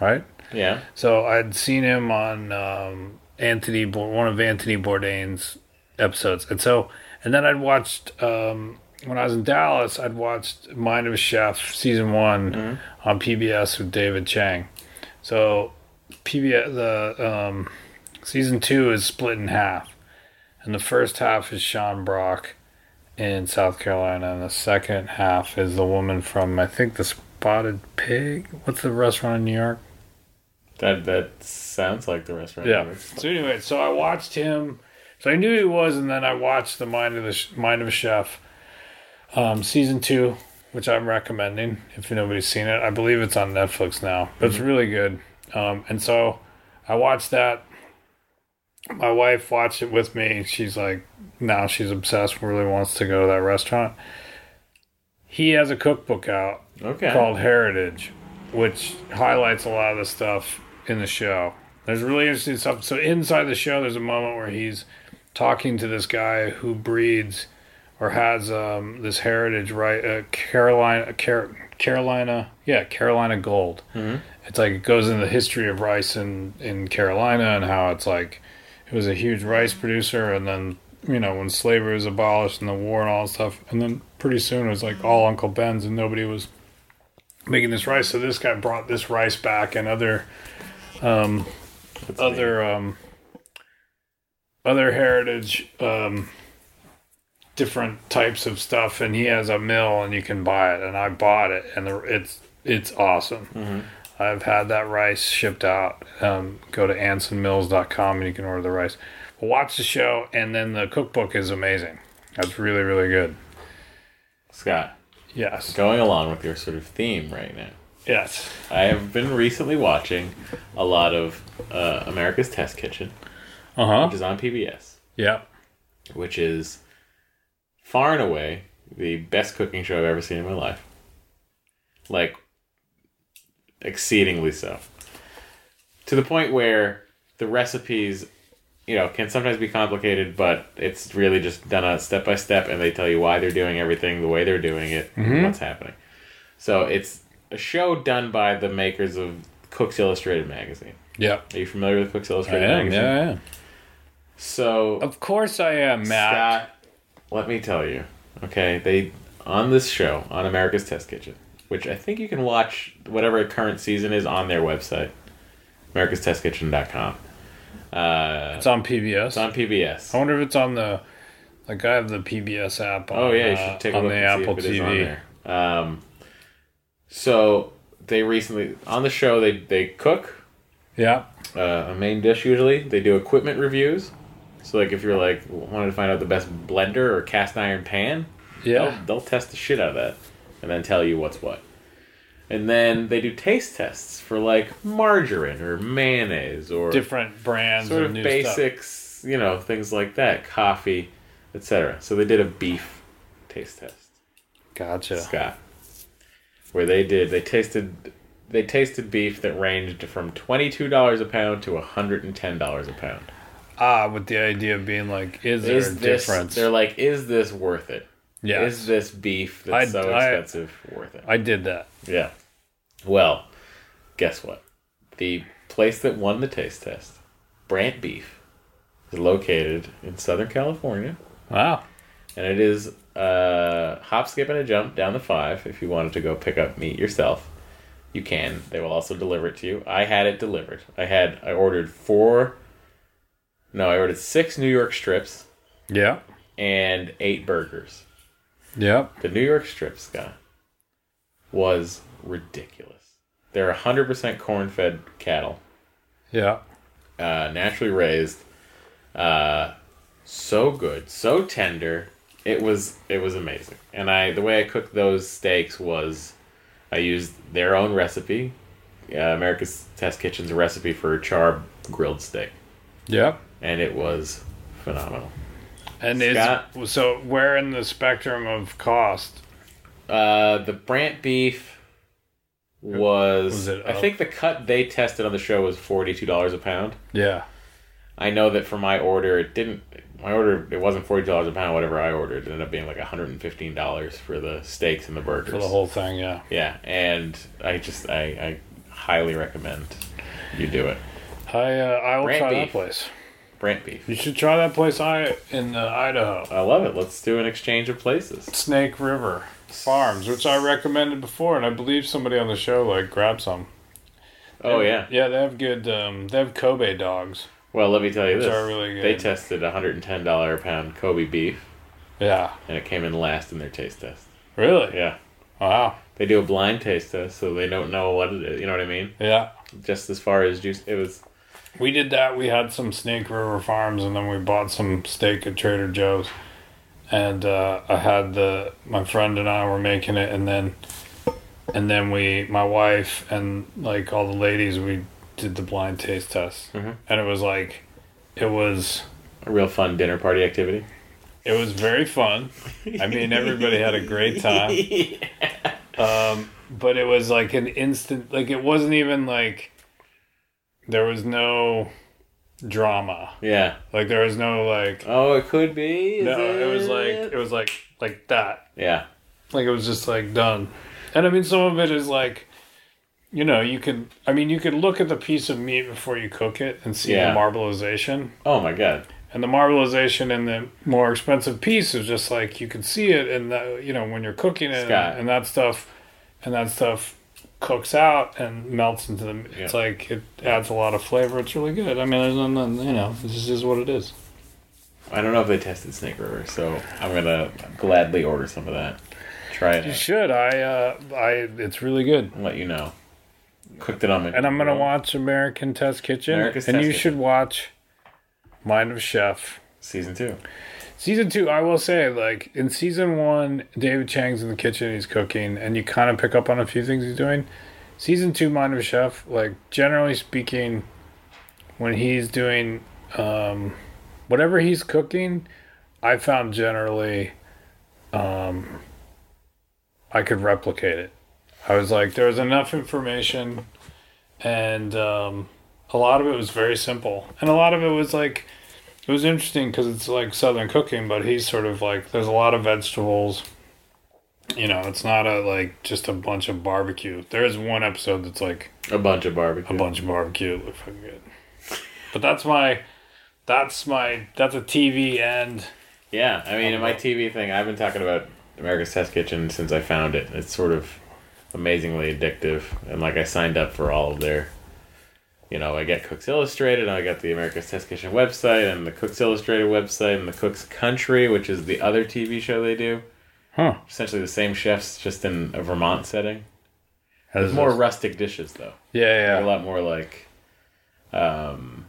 [SPEAKER 2] right?
[SPEAKER 1] Yeah.
[SPEAKER 2] So I'd seen him on um, Anthony Bour- one of Anthony Bourdain's episodes, and so and then I'd watched um, when I was in Dallas. I'd watched Mind of a Chef season one on PBS with David Chang. So PBS the um, season two is split in half, and the first half is Sean Brock in South Carolina, and the second half is the woman from I think the Spotted Pig. What's the restaurant in New York?
[SPEAKER 1] That that sounds like the restaurant.
[SPEAKER 2] Yeah. So anyway, so I watched him So I knew he was, and then I watched the Mind of the Sh- Mind of a Chef, um, season two, which I'm recommending if nobody's seen it. I believe it's on Netflix now, but it's really good. Um, and so I watched that. My wife watched it with me. She's like, now she's obsessed. Really wants to go to that restaurant. He has a cookbook out
[SPEAKER 1] Okay.
[SPEAKER 2] called Heritage, which highlights a lot of the stuff in the show. There's really interesting stuff. So inside the show, there's a moment where he's talking to this guy who breeds or has um, this heritage right uh, Carolina Car- Carolina yeah Carolina Gold. Mm-hmm. It's like it goes into the history of rice in in Carolina and how it's like it was a huge rice producer and then you know when slavery was abolished and the war and all that stuff and then pretty soon it was like all Uncle Ben's and nobody was making this rice. So this guy brought this rice back and other um, other um, other heritage um, different types of stuff and he has a mill and you can buy it and I bought it and the, it's it's awesome. I've had that rice shipped out. Um, go to ansonmills.com and you can order the rice. But watch the show and then the cookbook is amazing. That's really really good.
[SPEAKER 1] Scott,
[SPEAKER 2] Yes.
[SPEAKER 1] going along with your sort of theme right now,
[SPEAKER 2] Yes.
[SPEAKER 1] I have been recently watching a lot of uh, America's Test Kitchen,
[SPEAKER 2] Uh
[SPEAKER 1] which
[SPEAKER 2] huh.
[SPEAKER 1] is on PBS,
[SPEAKER 2] Yeah.
[SPEAKER 1] which is far and away the best cooking show I've ever seen in my life. Like, exceedingly so. To the point where the recipes, you know, can sometimes be complicated, but it's really just done on step by step, and they tell you why they're doing everything the way they're doing it,
[SPEAKER 2] Mm-hmm.
[SPEAKER 1] and what's happening. So it's a show done by the makers of Cooks Illustrated magazine.
[SPEAKER 2] Yeah.
[SPEAKER 1] Are you familiar with Cooks
[SPEAKER 2] I
[SPEAKER 1] Illustrated
[SPEAKER 2] am.
[SPEAKER 1] magazine?
[SPEAKER 2] Yeah, I am.
[SPEAKER 1] So
[SPEAKER 2] Of course I am, Matt.
[SPEAKER 1] Scott, let me tell you. Okay, they on this show on America's Test Kitchen, which I think you can watch whatever current season is on their website, americastestkitchen.com. Uh,
[SPEAKER 2] It's on PBS.
[SPEAKER 1] it's on PBS.
[SPEAKER 2] I wonder if it's on the. Like I have the PBS app. On,
[SPEAKER 1] Oh yeah, you
[SPEAKER 2] uh,
[SPEAKER 1] should take a
[SPEAKER 2] on
[SPEAKER 1] look
[SPEAKER 2] the
[SPEAKER 1] and
[SPEAKER 2] Apple
[SPEAKER 1] see if it is
[SPEAKER 2] TV.
[SPEAKER 1] on there. Um, so they recently on the show they they cook
[SPEAKER 2] Yeah,
[SPEAKER 1] uh, a main dish usually. They do equipment reviews. So like if you're like wanted to find out the best blender or cast iron pan,
[SPEAKER 2] yeah.
[SPEAKER 1] They'll, they'll test the shit out of that and then tell you what's what. And then they do taste tests for like margarine or mayonnaise or
[SPEAKER 2] Different brands
[SPEAKER 1] sort
[SPEAKER 2] and
[SPEAKER 1] of
[SPEAKER 2] new
[SPEAKER 1] basics, you know, things like that, coffee, etc. So they did a beef taste test,
[SPEAKER 2] Stuff. Gotcha.
[SPEAKER 1] Scott, where they did they tasted they tasted beef that ranged from twenty two dollars a pound to hundred and ten dollars a pound.
[SPEAKER 2] Ah, with the idea of being like, is there
[SPEAKER 1] Is
[SPEAKER 2] a
[SPEAKER 1] this?
[SPEAKER 2] difference?
[SPEAKER 1] They're like, is this worth it? Is
[SPEAKER 2] yeah,
[SPEAKER 1] this beef that's
[SPEAKER 2] I-
[SPEAKER 1] so
[SPEAKER 2] I-
[SPEAKER 1] expensive worth it?
[SPEAKER 2] I did that.
[SPEAKER 1] Yeah. Well, guess what? The place that won the taste test, Brant Beef, is located in Southern California,
[SPEAKER 2] Wow.
[SPEAKER 1] and it is a hop, skip, and a jump down the five. If you wanted to go pick up meat yourself, you can. They will also deliver it to you. I had it delivered. I had I ordered four. No, I ordered six New York strips
[SPEAKER 2] Yeah.
[SPEAKER 1] and eight burgers.
[SPEAKER 2] Yeah.
[SPEAKER 1] The New York strip, Scott, was ridiculous. They're 100% corn fed cattle,
[SPEAKER 2] Yeah.
[SPEAKER 1] uh, naturally raised. Uh, so good, so tender. It was it was amazing. And I the way I cooked those steaks was I used their own recipe. Uh, America's Test Kitchen's recipe for char grilled steak,
[SPEAKER 2] Yeah.
[SPEAKER 1] and it was phenomenal.
[SPEAKER 2] And
[SPEAKER 1] Scott?
[SPEAKER 2] is so where in the spectrum of cost?
[SPEAKER 1] Uh, the Brant beef was,
[SPEAKER 2] Was it
[SPEAKER 1] I
[SPEAKER 2] up?
[SPEAKER 1] think the cut they tested on the show was forty two dollars a pound.
[SPEAKER 2] Yeah.
[SPEAKER 1] I know that for my order it didn't my order it wasn't forty dollars a pound, whatever I ordered. It ended up being like hundred and fifteen dollars for the steaks and the burgers.
[SPEAKER 2] For the whole thing. Yeah.
[SPEAKER 1] yeah, and I just I, I highly recommend you do it.
[SPEAKER 2] I uh, I will
[SPEAKER 1] Brand
[SPEAKER 2] try that
[SPEAKER 1] beef.
[SPEAKER 2] place.
[SPEAKER 1] Brant beef.
[SPEAKER 2] You should try that place. I in uh, Idaho.
[SPEAKER 1] I love it. Let's do an exchange of places.
[SPEAKER 2] Snake River Farms, which I recommended before, and I believe somebody on the show like grabbed some.
[SPEAKER 1] Oh yeah.
[SPEAKER 2] Yeah, they have good. Um, they have Kobe dogs.
[SPEAKER 1] Well, let me tell you
[SPEAKER 2] Which
[SPEAKER 1] this.
[SPEAKER 2] are really good.
[SPEAKER 1] They tested hundred and ten dollar a pound Kobe beef,
[SPEAKER 2] Yeah,
[SPEAKER 1] and it came in last in their taste test.
[SPEAKER 2] really.
[SPEAKER 1] Yeah.
[SPEAKER 2] Wow.
[SPEAKER 1] they do a blind taste test, so they don't know what it is. You know what I mean?
[SPEAKER 2] Yeah,
[SPEAKER 1] Just as far as juice, it was
[SPEAKER 2] We did that. We had some Snake River Farms, and then we bought some steak at Trader Joe's. And uh, I had the my friend and I were making it, and then and then we my wife and like all the ladies we did the blind taste test, and it was like it was
[SPEAKER 1] A real fun dinner party activity.
[SPEAKER 2] it was very fun. I mean, everybody had a great time. Um, but it was like an instant, like, it wasn't even like there was no drama.
[SPEAKER 1] Yeah.
[SPEAKER 2] Like, there was no, like,
[SPEAKER 1] Oh, it could be. Is
[SPEAKER 2] no, it was
[SPEAKER 1] it?
[SPEAKER 2] like, it was like, like that.
[SPEAKER 1] yeah.
[SPEAKER 2] Like, it was just like done. And I mean, some of it is like, you know, you could, I mean, you could look at the piece of meat before you cook it and see
[SPEAKER 1] Yeah.
[SPEAKER 2] the marbleization.
[SPEAKER 1] Oh my god.
[SPEAKER 2] and the marbleization and the more expensive piece is just like you can see it and that you know when you're cooking it and,
[SPEAKER 1] Sky.
[SPEAKER 2] and that stuff and that stuff cooks out and melts into the it's
[SPEAKER 1] Yeah.
[SPEAKER 2] like it adds a lot of flavor it's really good i mean there's nothing you know this just is what it is
[SPEAKER 1] I don't know if they tested Snake River, so I'm gonna gladly order some of that. Try it.
[SPEAKER 2] you
[SPEAKER 1] out
[SPEAKER 2] should i uh i it's really good
[SPEAKER 1] and let you know. Cooked it on my.
[SPEAKER 2] and i'm gonna watch american test kitchen
[SPEAKER 1] America's
[SPEAKER 2] and
[SPEAKER 1] Test
[SPEAKER 2] you
[SPEAKER 1] Kitchen.
[SPEAKER 2] should watch mind of chef
[SPEAKER 1] season two.
[SPEAKER 2] Season two, I will say, like in season one, David Chang's in the kitchen, he's cooking, and you kind of pick up on a few things he's doing. Season two, Mind of a Chef, like generally speaking, when he's doing um, whatever he's cooking, I found generally um, I could replicate it. I was like, there was enough information, and um, a lot of it was very simple, and a lot of it was like it was interesting because it's like southern cooking, but he's sort of like there's a lot of vegetables. You know, it's not a like just a bunch of barbecue. There is one episode that's like
[SPEAKER 1] A bunch of
[SPEAKER 2] a
[SPEAKER 1] barbecue.
[SPEAKER 2] bunch of barbecue. It looked fucking good. But that's my, that's my, that's a TV end.
[SPEAKER 1] Yeah, I mean, in
[SPEAKER 2] Oh.
[SPEAKER 1] my TV thing, I've been talking about America's Test Kitchen since I found it. It's sort of amazingly addictive, and like I signed up for all of their, you know, I get Cooks Illustrated, and I got the America's Test Kitchen website, and the Cooks Illustrated website, and the Cooks Country, which is the other TV show they do.
[SPEAKER 2] Huh.
[SPEAKER 1] Essentially the same chefs, just in a Vermont setting.
[SPEAKER 2] Has
[SPEAKER 1] More
[SPEAKER 2] this-
[SPEAKER 1] rustic dishes, though.
[SPEAKER 2] yeah,
[SPEAKER 1] A
[SPEAKER 2] yeah.
[SPEAKER 1] lot more like, um,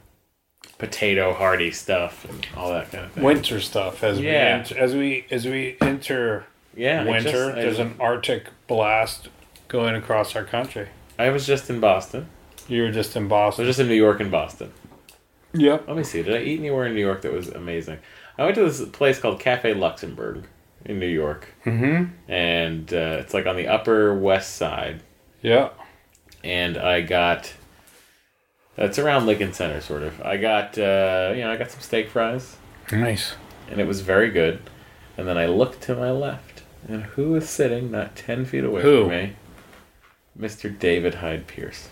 [SPEAKER 1] potato hardy stuff and all that kind of thing.
[SPEAKER 2] Winter stuff as
[SPEAKER 1] Yeah.
[SPEAKER 2] we enter, as we as we enter
[SPEAKER 1] yeah, I
[SPEAKER 2] winter.
[SPEAKER 1] just- I-
[SPEAKER 2] there's an Arctic blast going across our country.
[SPEAKER 1] I was just in Boston.
[SPEAKER 2] You were just in
[SPEAKER 1] I
[SPEAKER 2] Boston.
[SPEAKER 1] was just in New York and Boston.
[SPEAKER 2] yep.
[SPEAKER 1] Let me see. Did I eat anywhere in New York that was amazing? I went to this place called Cafe Luxembourg in New York, mm-hmm. and uh, it's like on the Upper West Side.
[SPEAKER 2] Yeah.
[SPEAKER 1] And I got that's around Lincoln Center, sort of. I got uh, you know I got some steak fries,
[SPEAKER 2] Nice.
[SPEAKER 1] and it was very good. And then I looked to my left, and who was sitting not ten feet away
[SPEAKER 2] Who?
[SPEAKER 1] from me? Mr. David Hyde Pierce.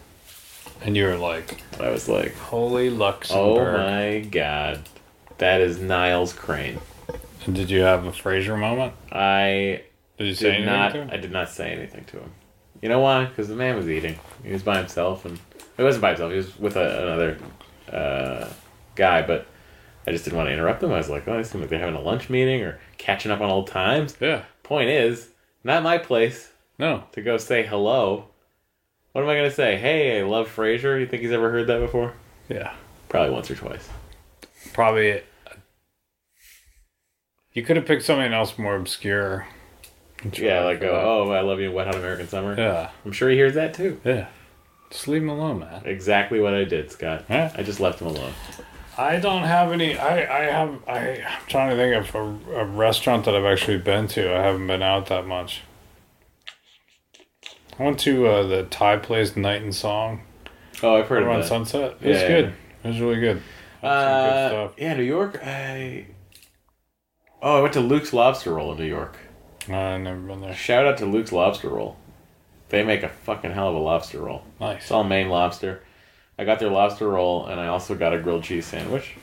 [SPEAKER 2] And you were like,
[SPEAKER 1] I was like,
[SPEAKER 2] holy
[SPEAKER 1] oh
[SPEAKER 2] Luxembourg.
[SPEAKER 1] my god, that is Niles Crane.
[SPEAKER 2] And did you have a Fraser moment?
[SPEAKER 1] I
[SPEAKER 2] Did you say
[SPEAKER 1] did
[SPEAKER 2] anything
[SPEAKER 1] not.
[SPEAKER 2] to him?
[SPEAKER 1] I did not say anything to him. You know why? Because the man was eating. He was by himself, and he wasn't by himself. He was with a, another uh, guy. But I just didn't want to interrupt them. I was like, "Oh, they seem like they're having a lunch meeting or catching up on old times."
[SPEAKER 2] Yeah.
[SPEAKER 1] Point is, not my place
[SPEAKER 2] No.
[SPEAKER 1] to go say hello. What am I gonna say? Hey, I love Frasier. You think he's ever heard that before?
[SPEAKER 2] Yeah.
[SPEAKER 1] Probably once or twice.
[SPEAKER 2] Probably. uh, You could have picked something else more obscure.
[SPEAKER 1] Yeah, like oh, I love you, Wet Hot American Summer.
[SPEAKER 2] Yeah.
[SPEAKER 1] I'm sure he hears that too.
[SPEAKER 2] Yeah. Just leave him alone, man.
[SPEAKER 1] Exactly what I did, Scott.
[SPEAKER 2] Yeah.
[SPEAKER 1] I just left him alone.
[SPEAKER 2] I don't have any. I, I have. I, I'm trying to think of a, a restaurant that I've actually been to. I haven't been out that much. I went to uh, the Thai place, Night and Song,
[SPEAKER 1] Oh, I've heard
[SPEAKER 2] over on
[SPEAKER 1] of that.
[SPEAKER 2] Sunset. It was
[SPEAKER 1] Yeah,
[SPEAKER 2] good. It was really good. Some good
[SPEAKER 1] Uh,
[SPEAKER 2] stuff.
[SPEAKER 1] yeah, New York. I oh, I went to Luke's Lobster Roll in New York.
[SPEAKER 2] I've never been there.
[SPEAKER 1] Shout out to Luke's Lobster Roll. They make a fucking hell of a lobster roll.
[SPEAKER 2] Nice.
[SPEAKER 1] It's all Maine lobster. I got their lobster roll, and I also got a grilled cheese sandwich.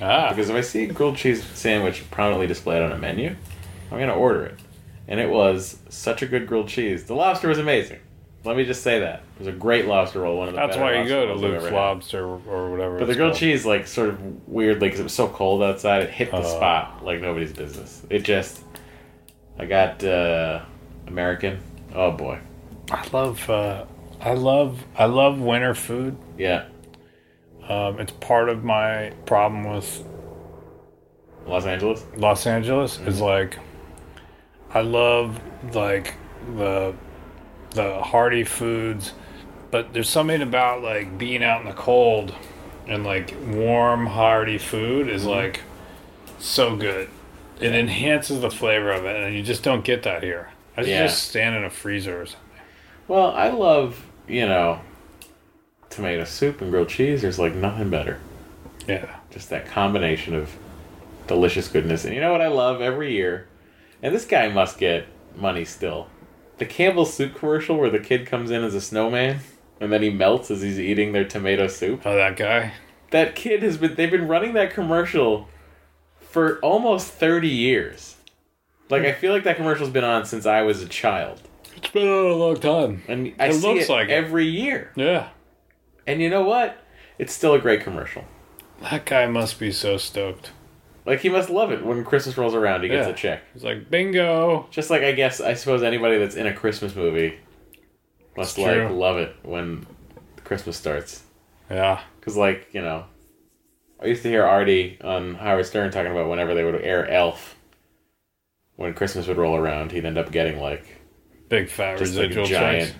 [SPEAKER 2] Ah,
[SPEAKER 1] Because if I see a grilled cheese sandwich prominently displayed on a menu, I'm gonna order it. And it was such a good grilled cheese. The lobster was amazing. Let me just say that it was a great lobster roll. One of the
[SPEAKER 2] that's
[SPEAKER 1] better
[SPEAKER 2] why you
[SPEAKER 1] lobster
[SPEAKER 2] go to
[SPEAKER 1] rolls I've
[SPEAKER 2] Luke's
[SPEAKER 1] ever had.
[SPEAKER 2] Lobster or, or whatever.
[SPEAKER 1] But the
[SPEAKER 2] it's
[SPEAKER 1] grilled
[SPEAKER 2] called.
[SPEAKER 1] cheese, like, sort of weirdly, because it was so cold outside, it hit the
[SPEAKER 2] Oh.
[SPEAKER 1] spot like nobody's business. It just. I got uh, American. Oh boy.
[SPEAKER 2] I love. Uh, I love. I love winter food.
[SPEAKER 1] Yeah.
[SPEAKER 2] Um, it's part of my problem with
[SPEAKER 1] Los Angeles.
[SPEAKER 2] Los Angeles is like I love like the the hearty foods, but there's something about like being out in the cold and like warm hearty food is like so good. It enhances the flavor of it, and you just don't get that here. I should
[SPEAKER 1] Yeah.
[SPEAKER 2] just stand in a freezer or something.
[SPEAKER 1] Well, I love you know tomato soup and grilled cheese. There's like nothing better.
[SPEAKER 2] Yeah,
[SPEAKER 1] just that combination of delicious goodness. And you know what I love every year? And this guy must get money still. The Campbell soup commercial where the kid comes in as a snowman and then he melts as he's eating their tomato soup.
[SPEAKER 2] oh that guy.
[SPEAKER 1] That kid has been they've been running that commercial for almost 30 years. Like I feel like that commercial's been on since I was a child.
[SPEAKER 2] It's been out a long time.
[SPEAKER 1] And I
[SPEAKER 2] It
[SPEAKER 1] see
[SPEAKER 2] looks
[SPEAKER 1] it
[SPEAKER 2] like it.
[SPEAKER 1] every year.
[SPEAKER 2] Yeah,
[SPEAKER 1] And you know what? It's still a great commercial.
[SPEAKER 2] that guy must be so stoked.
[SPEAKER 1] Like he must love it when Christmas rolls around he gets
[SPEAKER 2] Yeah.
[SPEAKER 1] a check.
[SPEAKER 2] He's like, bingo.
[SPEAKER 1] Just like I guess I suppose anybody that's in a Christmas movie must
[SPEAKER 2] It's
[SPEAKER 1] like
[SPEAKER 2] true.
[SPEAKER 1] love it when Christmas starts.
[SPEAKER 2] Yeah,
[SPEAKER 1] Cause like you know, I used to hear Artie on Howard Stern talking about whenever they would air Elf, when Christmas would roll around, he'd end up getting like
[SPEAKER 2] big fat
[SPEAKER 1] Just like a
[SPEAKER 2] residual
[SPEAKER 1] giant-
[SPEAKER 2] checks.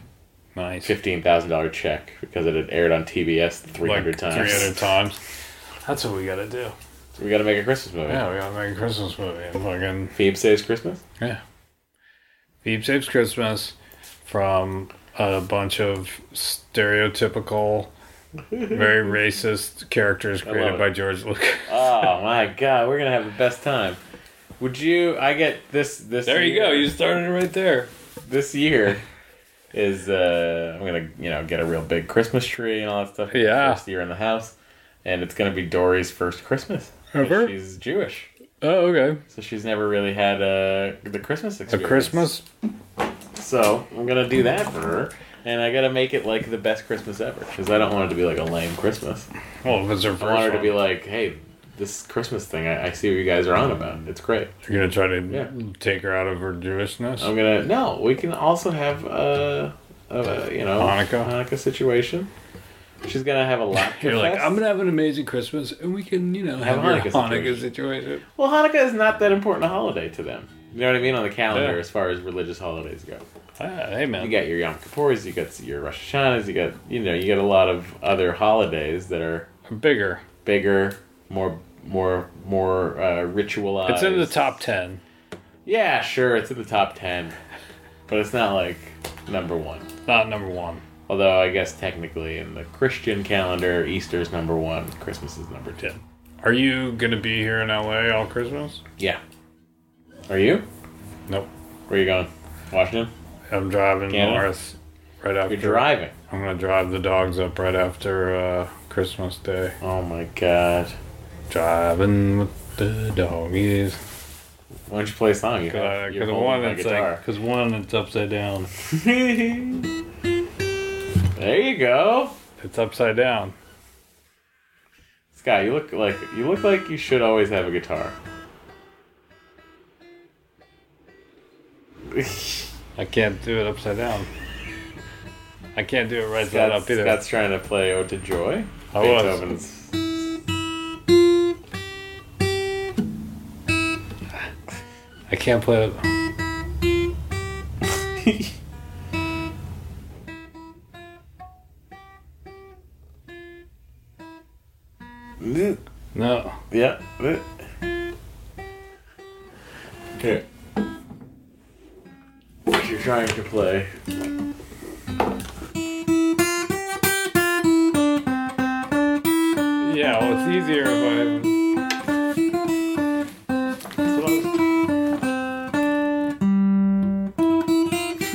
[SPEAKER 2] Nice.
[SPEAKER 1] fifteen thousand dollar check because it had aired on TBS three
[SPEAKER 2] like
[SPEAKER 1] hundred times.
[SPEAKER 2] 300 times. That's what we gotta do.
[SPEAKER 1] So we got to make a Christmas movie.
[SPEAKER 2] Yeah, we gotta make a Christmas movie and fucking
[SPEAKER 1] Phoebe saves Christmas.
[SPEAKER 2] yeah. Phoebe Saves Christmas from a bunch of stereotypical, very racist characters
[SPEAKER 1] love
[SPEAKER 2] created
[SPEAKER 1] it.
[SPEAKER 2] by George Lucas.
[SPEAKER 1] Oh my god, we're gonna have the best time. Would you? I get this. This
[SPEAKER 2] there you
[SPEAKER 1] year-
[SPEAKER 2] go. You started it right there.
[SPEAKER 1] this year is uh, I'm gonna you know get a real big Christmas tree and all that stuff.
[SPEAKER 2] Yeah.
[SPEAKER 1] first year in the house, and it's gonna be Dory's first Christmas. 'cause
[SPEAKER 2] Ever?
[SPEAKER 1] She's Jewish,
[SPEAKER 2] Oh, okay.
[SPEAKER 1] so she's never really had uh, the Christmas
[SPEAKER 2] A
[SPEAKER 1] experience.
[SPEAKER 2] Christmas.
[SPEAKER 1] So I'm gonna do that for her, and I gotta make it like the best Christmas ever because I don't want it to be like a lame Christmas.
[SPEAKER 2] Well, if it's her
[SPEAKER 1] I want her
[SPEAKER 2] first
[SPEAKER 1] to
[SPEAKER 2] one,
[SPEAKER 1] be like, hey. This Christmas thing, I, I see what you guys are on about. It's great.
[SPEAKER 2] you're gonna try to
[SPEAKER 1] Yeah.
[SPEAKER 2] take her out of her Jewishness.
[SPEAKER 1] I'm gonna no. We can also have a, a you know
[SPEAKER 2] Hanukkah?
[SPEAKER 1] Hanukkah situation. She's gonna have a lot.
[SPEAKER 2] You're like, I'm gonna have an amazing Christmas, and we can, you know, have,
[SPEAKER 1] a
[SPEAKER 2] our
[SPEAKER 1] Hanukkah
[SPEAKER 2] Hanukkah situation.
[SPEAKER 1] Well, Hanukkah is not that important a holiday to them. You know what I mean on the calendar
[SPEAKER 2] Yeah.
[SPEAKER 1] as far as religious holidays go.
[SPEAKER 2] Ah, hey man,
[SPEAKER 1] You got your Yom Kippurs, you got your Rosh Hashanahs, you got you know you got a lot of other holidays that are
[SPEAKER 2] bigger.
[SPEAKER 1] bigger, more more more uh, ritualized.
[SPEAKER 2] It's in the top ten.
[SPEAKER 1] Yeah, sure, it's in the top ten, but it's not like number one.
[SPEAKER 2] Not number one.
[SPEAKER 1] Although I guess technically in the Christian calendar, Easter's number one, Christmas is number two.
[SPEAKER 2] Are you gonna be here in LA all Christmas?
[SPEAKER 1] Yeah. Are you?
[SPEAKER 2] Nope.
[SPEAKER 1] Where you going? Washington.
[SPEAKER 2] I'm driving
[SPEAKER 1] Canada?
[SPEAKER 2] north right after.
[SPEAKER 1] You're driving.
[SPEAKER 2] I'm gonna drive the dogs up right after uh, Christmas Day.
[SPEAKER 1] Oh my god.
[SPEAKER 2] Driving with the doggies.
[SPEAKER 1] Why don't you play a song? You have- you're
[SPEAKER 2] Because
[SPEAKER 1] holding
[SPEAKER 2] one
[SPEAKER 1] my
[SPEAKER 2] that's
[SPEAKER 1] guitar.
[SPEAKER 2] like, because one that's upside down.
[SPEAKER 1] there you go.
[SPEAKER 2] It's upside down.
[SPEAKER 1] Scott, you look like you look like you should always have a guitar.
[SPEAKER 2] I can't do it upside down. I can't do it right side
[SPEAKER 1] Scott's,
[SPEAKER 2] up either.
[SPEAKER 1] Scott's trying to play Ode to Joy.
[SPEAKER 2] I was.
[SPEAKER 1] Beethoven's.
[SPEAKER 2] I can't play it. No.
[SPEAKER 1] Yeah. Here. What you're trying to play.
[SPEAKER 2] Yeah, well, it's easier if I.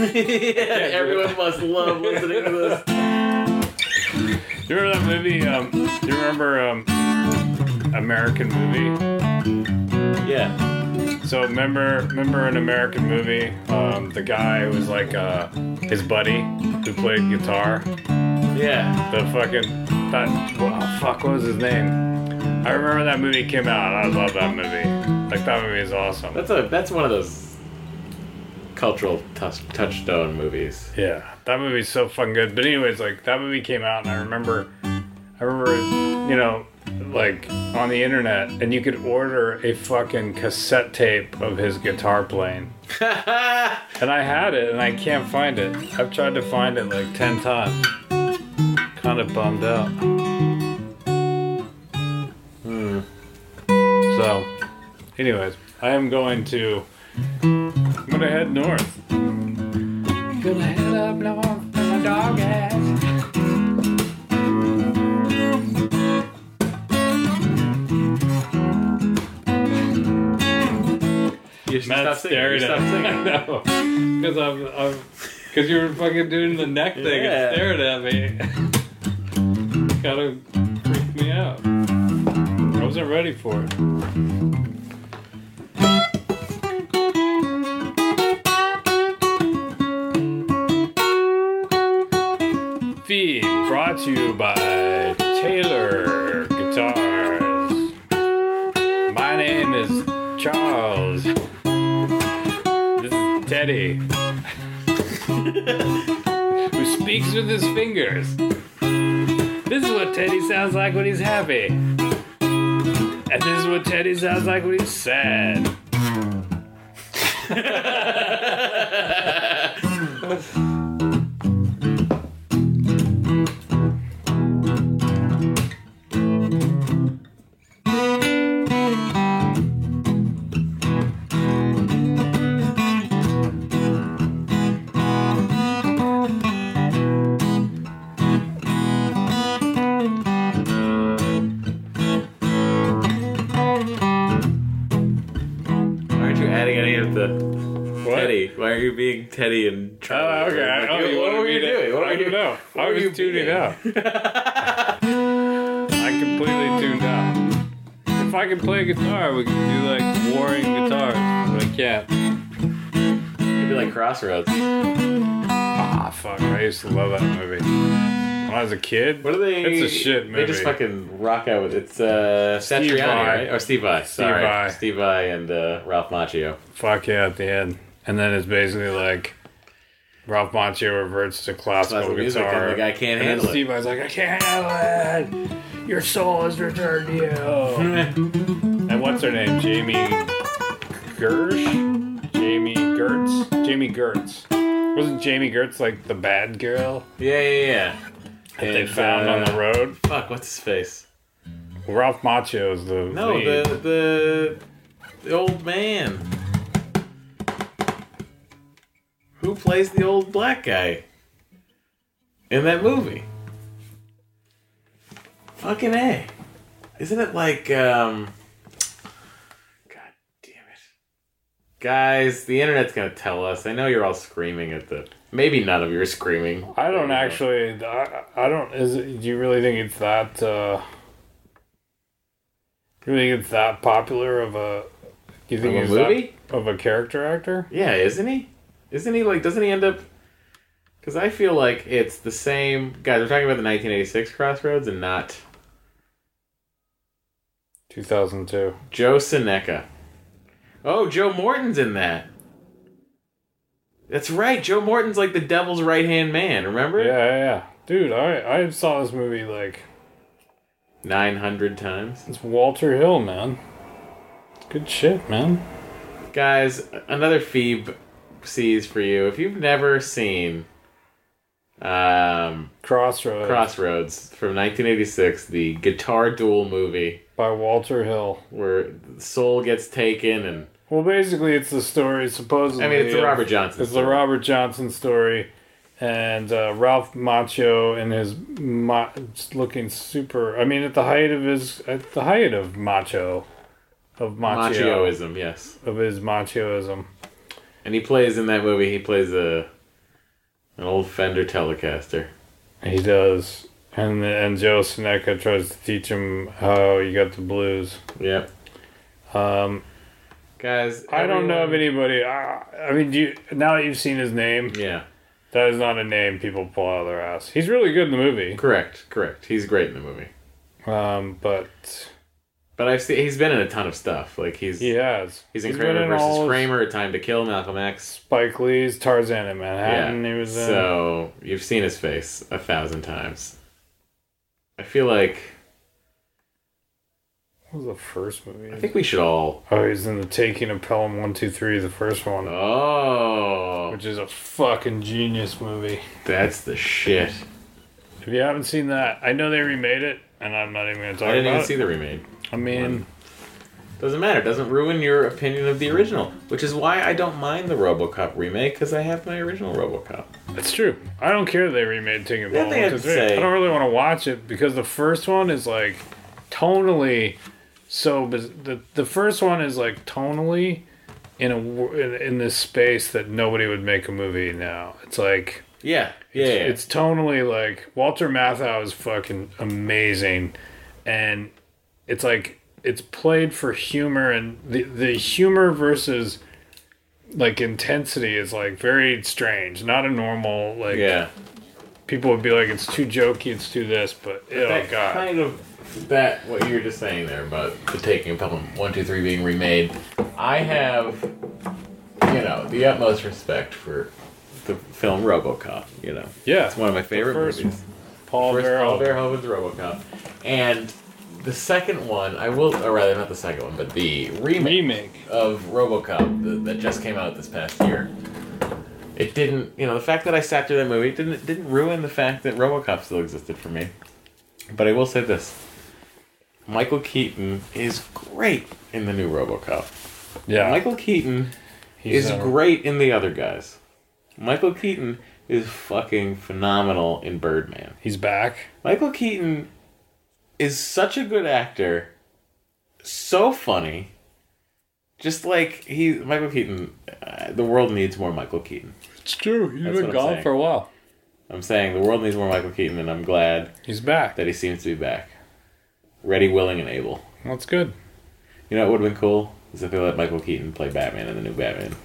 [SPEAKER 1] Everyone must love listening to this.
[SPEAKER 2] You remember that movie? Um, do you remember um, American movie?
[SPEAKER 1] Yeah.
[SPEAKER 2] So remember, remember an American movie? Um, the guy who was like uh, his buddy who played guitar.
[SPEAKER 1] Yeah.
[SPEAKER 2] The fucking that wow, fuck, what was his name? I remember that movie came out. I love that movie. Like that movie is awesome.
[SPEAKER 1] That's a that's one of those cultural touch, touchstone movies.
[SPEAKER 2] Yeah, that movie's so fucking good. But anyways, like that movie came out, and I remember, I remember you know, like on the internet, and you could order a fucking cassette tape of his guitar playing. and I had it, and I can't find it. I've tried to find it like ten times. Kind of bummed out. Hmm. So, anyways, I am going to. I'm gonna head north. Gonna head up north for my dog ass.
[SPEAKER 1] You should stop
[SPEAKER 2] Matt
[SPEAKER 1] singing. You
[SPEAKER 2] stared
[SPEAKER 1] stop singing.
[SPEAKER 2] at me. No, because I'm, I'm, because you were fucking doing the neck thing
[SPEAKER 1] Yeah.
[SPEAKER 2] and stared at me. kind of freaked me out. I wasn't ready for it. Feed brought to you by Taylor Guitars. My name is Charles. This is Teddy. Who speaks with his fingers. This is what Teddy sounds like when he's happy. And this is what Teddy sounds like when he's sad.
[SPEAKER 1] Aren't you adding any of the
[SPEAKER 2] What?
[SPEAKER 1] Teddy? Why are you being Teddy and
[SPEAKER 2] Oh,
[SPEAKER 1] Charlie?
[SPEAKER 2] okay.
[SPEAKER 1] Like,
[SPEAKER 2] oh,
[SPEAKER 1] you-
[SPEAKER 2] you
[SPEAKER 1] what
[SPEAKER 2] wanted
[SPEAKER 1] were
[SPEAKER 2] me
[SPEAKER 1] you
[SPEAKER 2] to-
[SPEAKER 1] doing? What
[SPEAKER 2] I
[SPEAKER 1] were you
[SPEAKER 2] don't know.
[SPEAKER 1] what
[SPEAKER 2] I
[SPEAKER 1] were
[SPEAKER 2] was
[SPEAKER 1] you
[SPEAKER 2] tuning
[SPEAKER 1] being?
[SPEAKER 2] out. I completely tuned out. If I could play guitar, we could do like warring guitars, but I can't.
[SPEAKER 1] It'd be like Crossroads.
[SPEAKER 2] Ah, fuck. I used to love that movie. When I was a kid,
[SPEAKER 1] What are they?
[SPEAKER 2] It's a shit movie.
[SPEAKER 1] They just fucking rock out with it's uh,
[SPEAKER 2] Steve
[SPEAKER 1] Satriani,
[SPEAKER 2] Vai.
[SPEAKER 1] right? Or Steve Vai. Sorry,
[SPEAKER 2] Vai.
[SPEAKER 1] Steve Vai and uh, Ralph Macchio.
[SPEAKER 2] fuck yeah at the end. And then it's basically like Ralph Macchio reverts to classical
[SPEAKER 1] Classical music,
[SPEAKER 2] guitar.
[SPEAKER 1] and the guy can't
[SPEAKER 2] and
[SPEAKER 1] handle
[SPEAKER 2] then
[SPEAKER 1] it.
[SPEAKER 2] Steve Vai's like, I can't handle it. Your soul has returned to you. and what's her name? Jamie Gersh? Jamie Gertz? Jamie Gertz. Wasn't Jamie Gertz like the bad girl
[SPEAKER 1] Yeah, yeah, yeah.
[SPEAKER 2] that they found on
[SPEAKER 1] uh,
[SPEAKER 2] the road?
[SPEAKER 1] Fuck, what's his face?
[SPEAKER 2] Ralph Macchio is the
[SPEAKER 1] No,
[SPEAKER 2] lead.
[SPEAKER 1] the the the old man. Who plays the old black guy in that movie? Fucking A. Isn't it like um God damn it. Guys, the internet's gonna tell us. I know you're all screaming at the maybe none of you are screaming.
[SPEAKER 2] I don't
[SPEAKER 1] know.
[SPEAKER 2] actually. I, I don't. Is it, do you really think it's that? Uh, do you think it's that popular of a? Do you think
[SPEAKER 1] Of a
[SPEAKER 2] it's that
[SPEAKER 1] movie?
[SPEAKER 2] of a character actor?
[SPEAKER 1] Yeah, isn't he? Isn't he like? Doesn't he end up? Because I feel like it's the same guys. We're talking about the 1986 Crossroads and not
[SPEAKER 2] Two thousand two.
[SPEAKER 1] Joe Seneca. Oh, Joe Morton's in that. That's right. Joe Morton's like the devil's right hand man. Remember?
[SPEAKER 2] Yeah, yeah, yeah. Dude, I I saw this movie like
[SPEAKER 1] Nine hundred times.
[SPEAKER 2] it's Walter Hill, man. Good shit, man.
[SPEAKER 1] guys another phoebe sees for you if you've never seen um
[SPEAKER 2] Crossroads
[SPEAKER 1] crossroads from 1986 the guitar duel movie
[SPEAKER 2] by Walter Hill.
[SPEAKER 1] where the soul gets taken and
[SPEAKER 2] Well, basically, it's the story. Supposedly,
[SPEAKER 1] I mean, it's the
[SPEAKER 2] of-
[SPEAKER 1] Robert Johnson
[SPEAKER 2] It's the
[SPEAKER 1] story.
[SPEAKER 2] Robert Johnson story, and uh, Ralph Macchio and his ma- looking super. I mean, at the height of his, at the height of macho, of macho,
[SPEAKER 1] Machioism, yes.
[SPEAKER 2] of his machoism.
[SPEAKER 1] And he plays in that movie. He plays a an old Fender Telecaster.
[SPEAKER 2] He does, and and Joe Seneca tries to teach him how you got the blues.
[SPEAKER 1] Yep.
[SPEAKER 2] Um,
[SPEAKER 1] Guys,
[SPEAKER 2] I don't know of
[SPEAKER 1] everyone-
[SPEAKER 2] anybody. I, I mean, do you, now that you've seen his name,
[SPEAKER 1] Yeah,
[SPEAKER 2] that is not a name people pull out of their ass. He's really good in the movie.
[SPEAKER 1] correct, correct. He's great in the movie.
[SPEAKER 2] Um, but
[SPEAKER 1] But I've seen he's been in a ton of stuff. Like he's
[SPEAKER 2] he has.
[SPEAKER 1] he's in
[SPEAKER 2] He's been
[SPEAKER 1] Kramer versus
[SPEAKER 2] all of
[SPEAKER 1] Kramer, A Time to Kill, Malcolm X.
[SPEAKER 2] Spike Lee's Tarzan in Manhattan.
[SPEAKER 1] yeah.
[SPEAKER 2] He was in.
[SPEAKER 1] so you've seen his face a thousand times. I feel like
[SPEAKER 2] What was the first movie?
[SPEAKER 1] I think we should all.
[SPEAKER 2] Oh, he's in the Taking of Pelham One Two Three, the first one,
[SPEAKER 1] Oh,
[SPEAKER 2] which is a fucking genius movie.
[SPEAKER 1] that's the shit.
[SPEAKER 2] If you haven't seen that, I know they remade it, and I'm not even going to talk
[SPEAKER 1] I didn't
[SPEAKER 2] about
[SPEAKER 1] even see
[SPEAKER 2] it.
[SPEAKER 1] the remake.
[SPEAKER 2] I mean,
[SPEAKER 1] Doesn't matter. Doesn't ruin your opinion of the original, which is why I don't mind the RoboCop remake because I have my original RoboCop.
[SPEAKER 2] it's true. I don't care that they remade Taking of
[SPEAKER 1] Yeah,
[SPEAKER 2] Pelham
[SPEAKER 1] they
[SPEAKER 2] One
[SPEAKER 1] had
[SPEAKER 2] Two
[SPEAKER 1] to
[SPEAKER 2] Three.
[SPEAKER 1] say-
[SPEAKER 2] I don't really want to watch it because the first one is like tonally so. Biz- the the first one is like tonally in a wor- in, in this space that nobody would make a movie now. It's like
[SPEAKER 1] Yeah, yeah, yeah.
[SPEAKER 2] It's tonally like Walter Matthau is fucking amazing, and it's like it's played for humor and the the humor versus like intensity is like very strange. Not a normal like
[SPEAKER 1] yeah.
[SPEAKER 2] people would be like it's too jokey, it's too this, but, oh
[SPEAKER 1] that
[SPEAKER 2] god,
[SPEAKER 1] kind of that what you were just saying there about the taking of Pelham one two three being remade. I have, you know, the utmost respect for the film RoboCop. You know,
[SPEAKER 2] yeah,
[SPEAKER 1] it's one of my favorite
[SPEAKER 2] first
[SPEAKER 1] movies.
[SPEAKER 2] Paul
[SPEAKER 1] First Paul
[SPEAKER 2] Verhoeven.
[SPEAKER 1] Verhoeven's RoboCop, and the second one I will, or rather, not the second one, but the remake
[SPEAKER 2] remake.
[SPEAKER 1] of RoboCop th- that just came out this past year. It didn't, you know, the fact that I sat through that movie didn't it didn't ruin the fact that RoboCop still existed for me. But I will say this: Michael Keaton is great in the new RoboCop.
[SPEAKER 2] Yeah,
[SPEAKER 1] Michael Keaton
[SPEAKER 2] he's
[SPEAKER 1] is
[SPEAKER 2] a-
[SPEAKER 1] great in the other guys. Michael Keaton is fucking phenomenal in Birdman.
[SPEAKER 2] He's back.
[SPEAKER 1] Michael Keaton is such a good actor, so funny. Just like he, Michael Keaton, uh, the world needs more Michael Keaton.
[SPEAKER 2] It's true. He's
[SPEAKER 1] That's what
[SPEAKER 2] been
[SPEAKER 1] I'm
[SPEAKER 2] gone
[SPEAKER 1] saying.
[SPEAKER 2] for a while.
[SPEAKER 1] I'm saying the world needs more Michael Keaton, and I'm glad
[SPEAKER 2] He's back.
[SPEAKER 1] that he seems to be back, ready, willing, and able.
[SPEAKER 2] That's good.
[SPEAKER 1] You know what would have been cool is if they let Michael Keaton play Batman in the new Batman.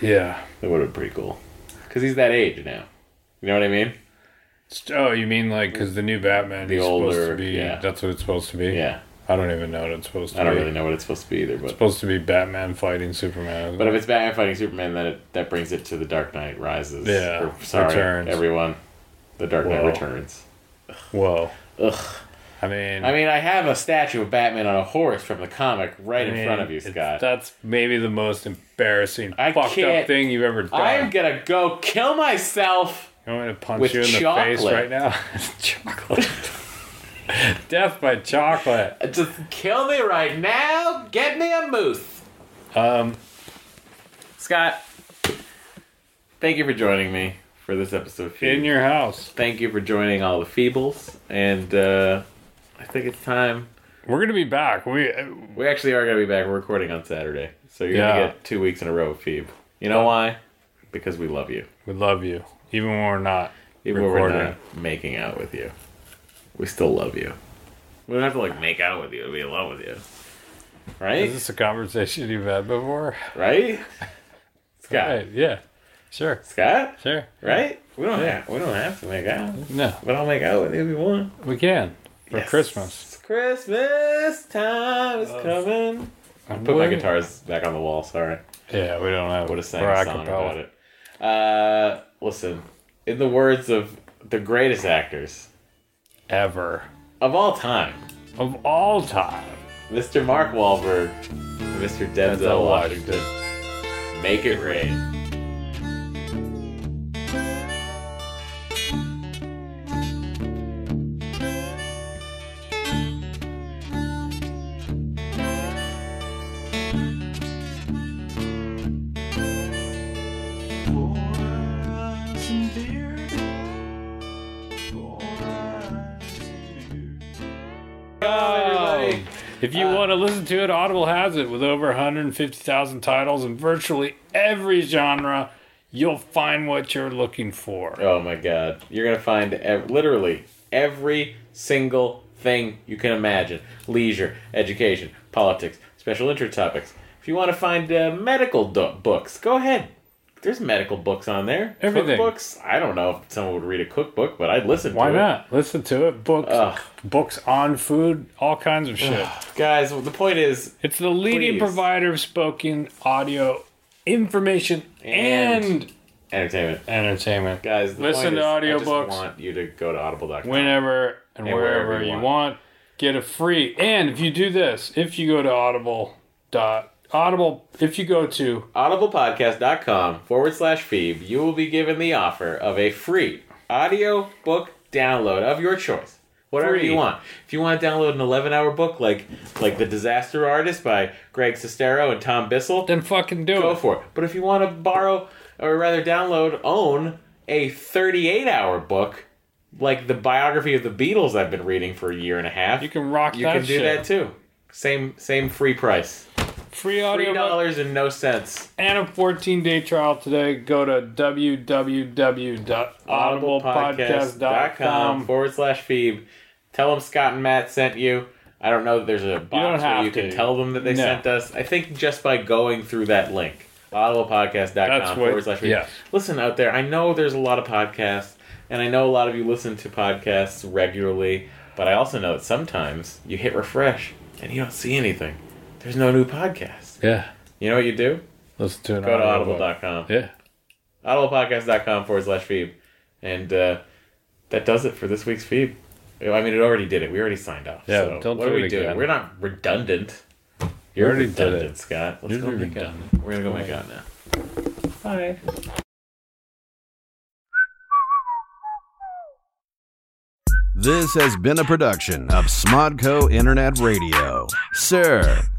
[SPEAKER 2] Yeah.
[SPEAKER 1] That would have been pretty cool, because he's that age now. You know what I mean?
[SPEAKER 2] Oh, you mean like because the new Batman
[SPEAKER 1] The
[SPEAKER 2] is supposed
[SPEAKER 1] older-
[SPEAKER 2] to be?
[SPEAKER 1] yeah.
[SPEAKER 2] That's what it's supposed to be.
[SPEAKER 1] Yeah,
[SPEAKER 2] I don't even know what it's supposed to
[SPEAKER 1] I don't
[SPEAKER 2] be.
[SPEAKER 1] really know what it's supposed to be either, but
[SPEAKER 2] It's supposed to be Batman fighting Superman.
[SPEAKER 1] But if it's Batman fighting Superman, then it, that brings it to the Dark Knight Rises.
[SPEAKER 2] Yeah,
[SPEAKER 1] Or, sorry,
[SPEAKER 2] Returns.
[SPEAKER 1] everyone. The Dark Knight
[SPEAKER 2] Whoa.
[SPEAKER 1] Returns.
[SPEAKER 2] Whoa.
[SPEAKER 1] Ugh.
[SPEAKER 2] I mean,
[SPEAKER 1] I mean, I have a statue of Batman on a horse from the comic right
[SPEAKER 2] I
[SPEAKER 1] in
[SPEAKER 2] mean,
[SPEAKER 1] front of you,
[SPEAKER 2] it's-
[SPEAKER 1] Scott.
[SPEAKER 2] That's maybe the most embarrassing
[SPEAKER 1] I
[SPEAKER 2] fucked up
[SPEAKER 1] can't-
[SPEAKER 2] thing you've ever done.
[SPEAKER 1] I'm gonna go kill myself.
[SPEAKER 2] you want me to punch
[SPEAKER 1] with
[SPEAKER 2] you in the face
[SPEAKER 1] chocolate.
[SPEAKER 2] right now? chocolate. Death by chocolate.
[SPEAKER 1] Just kill me right now. Get me a moose.
[SPEAKER 2] Um,
[SPEAKER 1] Scott, thank you for joining me for this episode. of Feed.
[SPEAKER 2] in your house.
[SPEAKER 1] thank you for joining all the Feebles, and uh, I think it's time
[SPEAKER 2] We're gonna be back. We
[SPEAKER 1] We actually are gonna be back. We're recording on Saturday, so you're
[SPEAKER 2] Yeah.
[SPEAKER 1] gonna get two weeks in a row of Phoebe. You know why? Because we love you,
[SPEAKER 2] we love you, even when we're not.
[SPEAKER 1] even when we're
[SPEAKER 2] Recording.
[SPEAKER 1] not making out with you. We still love you. We don't have to like make out with you to be in love with you, right?
[SPEAKER 2] Is this a conversation you've had before?
[SPEAKER 1] right? Scott,
[SPEAKER 2] Right, yeah. Sure.
[SPEAKER 1] Scott,
[SPEAKER 2] Sure.
[SPEAKER 1] right? We don't have we don't have to make out,
[SPEAKER 2] No,
[SPEAKER 1] but I'll make out with you if you want.
[SPEAKER 2] we can. For
[SPEAKER 1] Yes.
[SPEAKER 2] Christmas.
[SPEAKER 1] It's Christmas time is coming.
[SPEAKER 2] I
[SPEAKER 1] Put my guitars back on the wall. Sorry.
[SPEAKER 2] Yeah, we don't have
[SPEAKER 1] would have sang
[SPEAKER 2] or
[SPEAKER 1] a
[SPEAKER 2] a
[SPEAKER 1] song
[SPEAKER 2] cappella.
[SPEAKER 1] about it. Uh, listen, in the words of the greatest actors
[SPEAKER 2] Ever.
[SPEAKER 1] of all time,
[SPEAKER 2] Of all time.
[SPEAKER 1] Mr. Mark Wahlberg, and Mr. Denzel Washington, make it rain.
[SPEAKER 2] Um, If you want to listen to it, Audible has it with over 150,000 titles in virtually every genre. You'll find what you're looking for.
[SPEAKER 1] Oh my god. You're going to find ev- literally every single thing you can imagine leisure, education, politics, special interest topics. If you want to find uh, medical do- books, go ahead. There's medical books on there.
[SPEAKER 2] Everything.
[SPEAKER 1] Cookbooks. I don't know if someone would read a cookbook, but I'd listen
[SPEAKER 2] Why
[SPEAKER 1] to it.
[SPEAKER 2] not? Listen to it. Books,
[SPEAKER 1] Ugh.
[SPEAKER 2] books on food, all kinds of shit.
[SPEAKER 1] Guys, well, the point is
[SPEAKER 2] It's the leading
[SPEAKER 1] Please.
[SPEAKER 2] provider of spoken audio information and,
[SPEAKER 1] And- entertainment.
[SPEAKER 2] entertainment.
[SPEAKER 1] Guys, the point
[SPEAKER 2] Listen to
[SPEAKER 1] is, I
[SPEAKER 2] audiobooks.
[SPEAKER 1] just want you to go to audible.com.
[SPEAKER 2] Whenever and,
[SPEAKER 1] And
[SPEAKER 2] wherever,
[SPEAKER 1] wherever you
[SPEAKER 2] you want.
[SPEAKER 1] want.
[SPEAKER 2] Get it free. And if you do this, if you go to Audible dot Audible, if you go to
[SPEAKER 1] audiblepodcast.com forward slash Phoebe, you will be given the offer of a free audio book download of your choice. Whatever
[SPEAKER 2] Free.
[SPEAKER 1] you want. If you want to download an 11 hour book like like The Disaster Artist by Greg Sestero and Tom Bissell,
[SPEAKER 2] then fucking do
[SPEAKER 1] go
[SPEAKER 2] it.
[SPEAKER 1] for it. But if you want to borrow, or rather download, own a 38 hour book like the biography of the Beatles I've been reading for a year and a half,
[SPEAKER 2] You can rock
[SPEAKER 1] you
[SPEAKER 2] that
[SPEAKER 1] can do
[SPEAKER 2] shit.
[SPEAKER 1] that too. Same same free price.
[SPEAKER 2] Free
[SPEAKER 1] Three
[SPEAKER 2] audio
[SPEAKER 1] dollars and no cents.
[SPEAKER 2] and a 14 day trial today. Go to www.audiblepodcast.com.
[SPEAKER 1] audiblepodcast.com forward slash Phoebe. Tell them Scott and Matt sent you. I don't know that there's a box
[SPEAKER 2] don't
[SPEAKER 1] where
[SPEAKER 2] have
[SPEAKER 1] you can
[SPEAKER 2] to.
[SPEAKER 1] tell them that they
[SPEAKER 2] No.
[SPEAKER 1] sent us. I think just by going through that link, audiblepodcast.com
[SPEAKER 2] That's what-
[SPEAKER 1] forward slash Phoebe.
[SPEAKER 2] yes.
[SPEAKER 1] Listen out there, I know there's a lot of podcasts, and I know a lot of you listen to podcasts regularly, but I also know that sometimes you hit refresh and you don't see anything. There's no new podcast.
[SPEAKER 2] Yeah.
[SPEAKER 1] You know what you do?
[SPEAKER 2] Listen to an
[SPEAKER 1] Go to
[SPEAKER 2] audiobook.
[SPEAKER 1] audible.com
[SPEAKER 2] Yeah.
[SPEAKER 1] audiblepodcast.com forward slash Phoebe. And uh, that does it for this week's Phoebe. I mean, it already did it. We already signed off.
[SPEAKER 2] Yeah,
[SPEAKER 1] so
[SPEAKER 2] don't
[SPEAKER 1] what
[SPEAKER 2] do
[SPEAKER 1] are we
[SPEAKER 2] it
[SPEAKER 1] doing?
[SPEAKER 2] again.
[SPEAKER 1] We're not redundant. You're
[SPEAKER 2] already did it.
[SPEAKER 1] redundant, Scott. Let's
[SPEAKER 2] You're
[SPEAKER 1] go make
[SPEAKER 2] redundant.
[SPEAKER 1] out. We're going to go make out now. Bye.
[SPEAKER 6] This has been a production of Smodco Internet Radio. Sir,